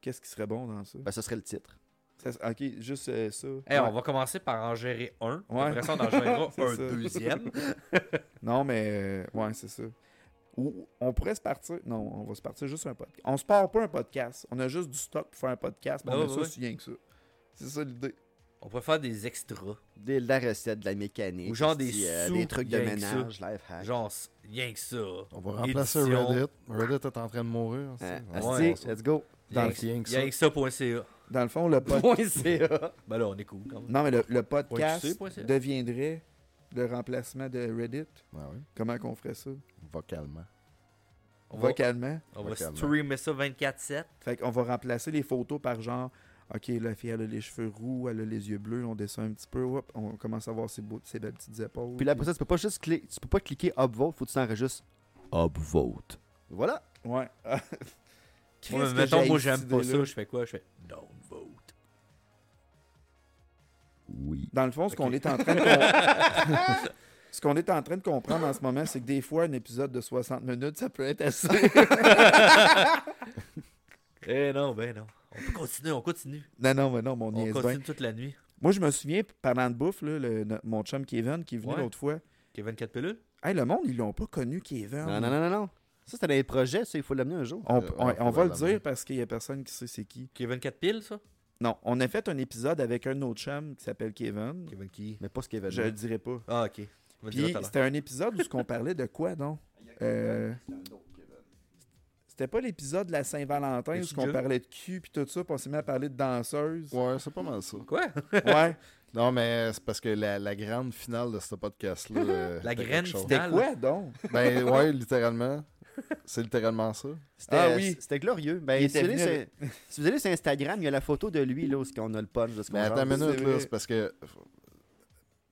Qu'est-ce qui serait bon dans ça?
Ben, ce serait le titre.
Ça- ok, juste euh, ça.
Hey, Eh, On va commencer par en gérer un.
Ouais.
Après ça, on en gérera
C'est
un
ça.
deuxième.
Non, mais euh, ouais, c'est ça. Ou on pourrait se partir. Non, on va se partir juste un podcast. On se part pas un podcast. On a juste du stock pour faire un podcast. mais
Ah
on a
ouais,
ça,
ouais.
c'est rien que ça. C'est ça l'idée.
On pourrait faire des extras.
De la recette, de la mécanique.
Ou genre des
si, euh,
sous,
des trucs de
rien que
ménage, life hack.
Genre, c- rien que ça.
On va remplacer
Édition.
Reddit. Reddit est en train de mourir.
Euh,
Hein,
c'est-
Ouais.
asti, let's go.
Dans
Rien
le
que-
rien que ça.
Rien que ça.ca.
Dans le fond, le podcast.
.ca.
Ben là, on est cool quand même.
non, mais le, le
Point
podcast
QC, point CA.
deviendrait le remplacement de Reddit.
Ah oui,
Comment qu'on ferait ça?
vocalement.
On va,
Vocalement.
on va
vocalement.
streamer ça 24-7.
Fait qu'on va remplacer les photos par genre. Ok, la fille, elle a les cheveux roux, elle a les yeux bleus, on descend un petit peu, hop, on commence à voir ses, beaux- ses belles petites épaules.
Puis là, après ça, tu peux pas juste cliquer, tu peux pas cliquer upvote, faut que tu t'enregistres upvote. Voilà.
Ouais. Christ,
Ouais, mais
que
mettons,
j'ai
moi,
cette
j'aime pas
idée-là.
ça. Je fais quoi Je fais don't vote.
Oui.
Dans le fond, ce qu'on est en train de com- ce qu'on est en train de comprendre en ce moment, c'est que des fois, un épisode de 60 minutes, ça peut être assez.
Eh non, ben non. On peut continuer, on continue.
non, non, mais non, mon
On
niaise bien.
continue toute la nuit.
Moi, je me souviens, parlant de bouffe, là, le- no- mon chum Kevin qui est venu
Ouais.
l'autre fois.
Qu'il y a 24 pilules.
Hey, le monde, ils l'ont pas connu, Kevin.
Non, non, non, non, non. Ça, c'est dans les projets, ça, il faut l'amener un jour.
On,
Euh,
on-
ouais,
on va le
probablement.
dire parce qu'il y a personne qui sait c'est qui.
Qu'il y a 24 piles, ça
Non, on a fait un épisode avec un autre chum qui s'appelle Kevin.
Kevin qui
Mais pas ce qu'il y avait
Je le dirai pas.
Ah, ok. On va dire
Puis
tout à l'heure.
c'était un épisode où ce qu'on parlait de quoi, donc? Euh, C'était pas l'épisode de la Saint-Valentin
Le
où ce qu'on
sujet.
parlait de cul puis tout ça, puis on s'est mis à parler de danseuse.
Ouais, c'est pas mal ça.
Quoi
Ouais.
Non, mais c'est parce que la, la grande finale de ce podcast-là. euh,
La
était
graine
quelque chose.
finale.
C'était quoi donc?
Ben ouais, littéralement. C'est littéralement ça.
C'était, euh,
Ah oui.
c'était glorieux. Ben,
Il
si,
était
vous allez
venu
sur, si vous allez sur Instagram, il y a la photo de lui, là, où on a le punch de ce qu'on
Mais Ben, attends
jase.
une minute,
c'est
là,
vrai.
c'est parce que.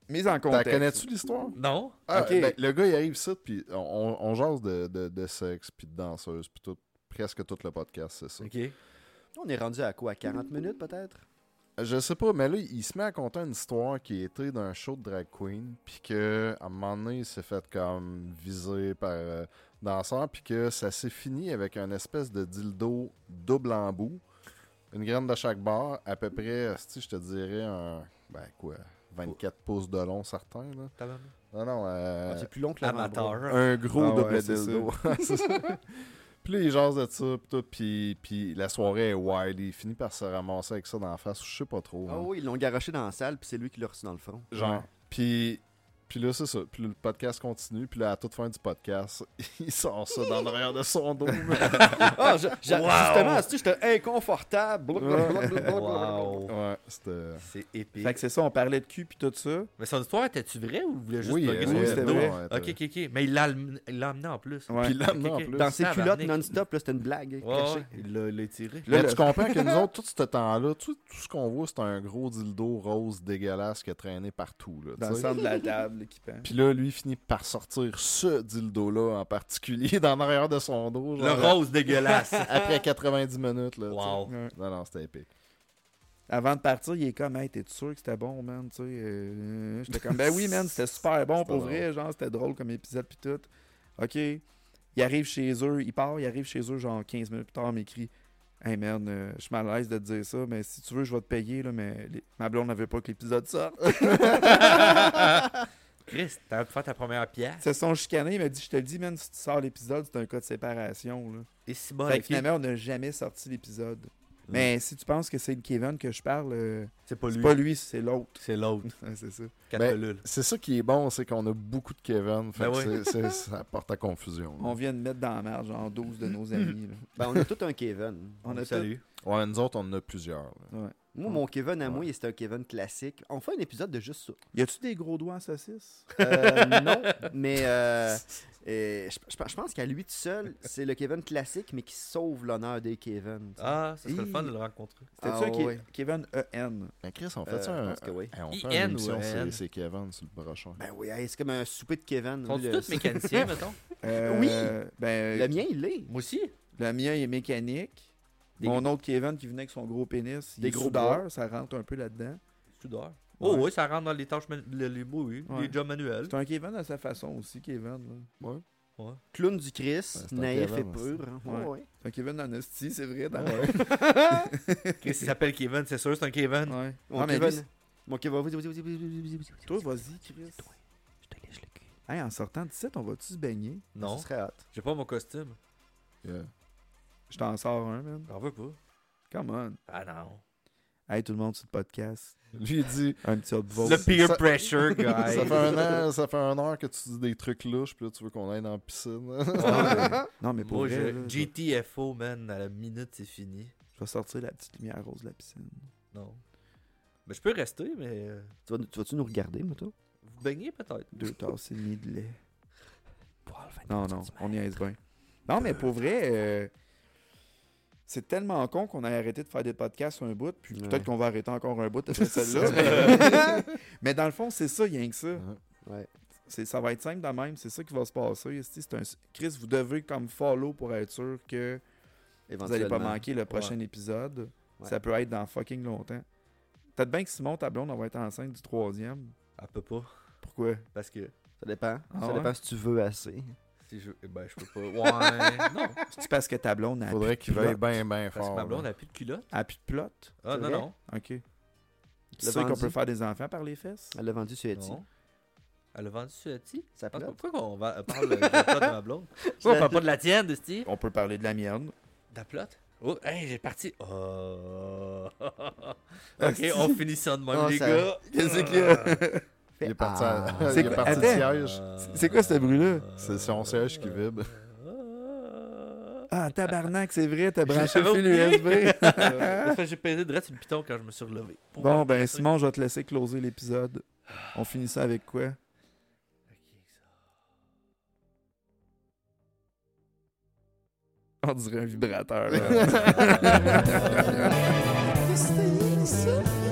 Mise en
T'as
contexte.
connais-tu l'histoire?
Non.
Ah,
Ok.
ben, le gars, il arrive ici, puis on, on- on jase de, de- de sexe, puis de danseuse, puis tout, presque tout le podcast, c'est ça.
Ok.
On est rendu à quoi 40 minutes, peut-être
Je sais pas, mais là, il se met à compter une histoire qui était d'un show de drag queen, puis que à un moment donné, il s'est fait comme viser par euh, danseur, puis que ça s'est fini avec un espèce de dildo double en bout, une graine de chaque barre, à peu près, si je te dirais un, ben quoi, 24 pouces de long, certain, là.
Tabarnak.
Non, non, euh,
Ah, C'est plus long que l'avant-bras.
Amateur.
un gros
Ah ouais,
double
c'est
dildo. C'est ça. Puis là, il jase de ça, puis tout, puis, puis la soirée est wild, il finit par se ramasser avec ça dans la face, je sais pas trop.
Ah
hein.
oui, ils l'ont garoché dans la salle, puis c'est lui qui l'a reçu dans le front.
Genre. Puis, puis là, c'est ça. Puis le podcast continue. Puis là, à toute fin du podcast, il sort ça dans l'arrière de son dos.
Ah, je- j'a-
Wow.
justement, si j'étais inconfortable. blablabla.
Wow.
ouais, c'était.
C'est épique.
Fait que c'est ça, on parlait de cul puis tout ça.
Mais son histoire était-tu vraie ou il voulait juste
Oui,
plugger
euh,
son
oui,
dildo?
c'était vrai.
Ouais,
Ok, ok, ok. Mais il l'a alm- il l'a amené en plus.
Ouais.
Puis là,
Ok,
en
ok.
plus.
Dans ses culottes
Tabarnak.
non-stop, là, c'était une blague hein,
Ouais,
cachée.
ouais, il l'a- l'a tiré.
Là,
Mais
le-
tu comprends que nous autres, tout ce temps-là, tout, tout ce qu'on voit, c'est un gros dildo rose dégueulasse qui a traîné partout. Là,
Dans
tu
le
sais.
centre de la table, l'équipant.
Puis là, lui, il finit par sortir ce dildo-là en particulier dans l'arrière de son dos.
Le
genre,
rose dégueulasse.
Après 90 minutes. Là, tu sais.
Wow.
Ouais.
Non, non, c'était épique.
Avant de partir, il est comme, hey, t'es sûr que c'était bon, man? Tu sais, euh, j'étais comme, ben oui, man, c'était super bon
C'était
pour
drôle.
vrai. Genre, c'était drôle comme épisode puis tout. Ok. Il arrive chez eux, il part, il arrive chez eux, genre 15 minutes plus tard, il m'écrit, hey, man, euh, je suis mal à l'aise de te dire ça, mais si tu veux, je vais te payer, là, mais les- ma blonde n'avait pas que l'épisode sorte.
Chris, t'as fait ta première
Ils
pièce.
se sont chicanés, il m'a dit, je te le dis, man, si tu sors l'épisode, c'est un cas de séparation, là.
Et si bon,
Fait que
ok.
finalement, on n'a jamais sorti l'épisode. Mais si tu penses que c'est de Kevin que je parle, euh,
c'est pas
c'est
lui.
pas lui, c'est l'autre.
C'est l'autre.
Ouais, c'est ça.
Quatre
Ben,
pelules.
C'est ça qui est bon, c'est qu'on a beaucoup de Kevin. Fait
Ben
que
oui.
c'est- c'est- ça porte à confusion. là.
On vient de mettre dans la marge, genre 12 de nos amis. là.
Ben, on a tout un Kevin.
On a
Salut.
Ouais, nous autres, on en a plusieurs. là.
tout- ouais.
Moi, mon Kevin à moi, c'était un Kevin classique. On fait un épisode de juste ça.
Y a-tu des gros doigts en saucisse?
Euh, non, mais euh, euh, je, je- je pense qu'à lui tout seul, c'est le Kevin classique, mais qui sauve l'honneur des Kevin. tu sais.
Ah, ça serait le fun
Hi.
de le rencontrer.
C'était
Ah,
ça qui
ouais.
Kevin E EN.
Mais Ben, Chris, on fait
Euh,
ça
je
un.
pense que oui.
Hey, on fait
IN
une émission,
ou
c'est-
N?
c'est Kevin sur le brochon.
Ben oui, hey, c'est comme un souper de Kevin.
Sont-tu
Le-
tous mécaniciens, mettons
Euh,
Oui!
Ben,
le mien, il l'est.
Moi aussi.
le mien, il est mécanique.
Des
Mon autre Kevin qui venait avec son gros pénis, il
Des
est
gros
soudeur,
bras.
ça rentre un peu là-dedans.
Soudeur. Oh,
Ouais.
oui, ça rentre dans les tâches, manu- les, les, oui, oui,
Ouais.
les jobs manuels.
C'est un Kevin à sa façon aussi, Kevin. là.
Ouais.
Ouais.
Clown du Chris,
c'est un
naïf et
Kevin,
pur. hein. Ouais,
Ouais.
ouais.
Un Kevin Honesty, c'est vrai.
Ah
Dans...
Chris, il s'appelle Kevin, c'est sûr, c'est un Kevin.
Ouais.
Mon
Ah, mais
Kevin.
lui,
Mon Kevin, vas-y, vas-y, vas-y, vas-y, vas-y, vas-y, vas-y, vas-y.
Toi, vas-y, Chris.
Je te lèche le cul.
Hey, en sortant d'ici, on va-tu se baigner?
Non,
Ce serait hot.
j'ai pas mon costume.
Yeah.
Je t'en sors un, man.
J'en veux pas.
Come on.
Ah non.
Hey, tout le monde sur le podcast.
Lui, il dit
Un petit upvote.
Le peer
Ça-
pressure, guys.
ça fait, un an, ça fait un heure que tu dis des trucs louches, puis là, tu veux qu'on aille dans la piscine.
Ouais, mais-
Non, mais pour
Moi,
vrai,
je-
là, je...
GTFO, man, à la minute, c'est fini.
je vais sortir la petite lumière rose de la piscine.
Non. Mais je peux rester, mais. euh,
Tu vas- tu vas-tu nous regarder, moi, toi?
Vous baignez peut-être.
Deux tasses et demie de lait. Non, non, on y est bien. Non, mais pour vrai, euh, c'est tellement con qu'on a arrêté de faire des podcasts sur un bout, puis
Ouais.
peut-être qu'on va arrêter encore un bout après celle-là. mais... mais dans le fond, c'est ça, rien que ça.
Ouais.
C'est- ça va être simple de même, c'est ça qui va se passer. esti. C'est un... Chris, vous devez comme follow pour être sûr que vous n'allez pas manquer le prochain épisode.
Ouais.
Ça peut être dans fucking longtemps. Peut-être bien que Simon, ta blonde, on va être enceinte du troisième.
Elle Ah, peut pas.
Pourquoi?
Parce que
Ça dépend.
Ah
ça
ouais?
dépend si tu veux assez.
si je. eh Ben, je peux pas. Ouais. non.
C'est parce que ta blonde a
Faudrait
plus
qu'il
de culotte?
veuille bien, bien
Parce que
fort.
ma blonde
là.
a plus de culotte.
Elle a plus de plot?
Ah,
C'est
non,
vrai?
non.
OK. Tu
l'as
sais qu'on
vendu?
peut faire des enfants par les fesses?
Elle l'a vendu sur Etsy.
Non. Elle a vendu sur Etsy.
Ça
Ah,
plaît.
Pourquoi qu'on va- euh, parle de la plotte de ma blonde Pourquoi on parle pas de la tienne, de Steve
On peut parler de la mienne.
De la plotte Oh, hey, j'ai parti. Oh. ok, on finit Ah, ça de même,
Ah,
les
ça-
gars. Ah.
Qu'est-ce qu'il y a?
Il est parti, à-
Ah.
C'est
il est
quoi-
parti de
attends.
siège.
C'est quoi ce bruit-là?
C'est son siège qui vibre.
Ah, tabarnak, c'est vrai, t'as branché
J'avais
le fil USB.
Parce que j'ai pesé direct sur Ah. le piton quand je me suis relevé. Pour
Bon,
vrai.
ben Simon, je vais te laisser closer l'épisode. On finit ça avec quoi? On dirait un vibrateur. là.
Qu'est-ce que t'as eu ici?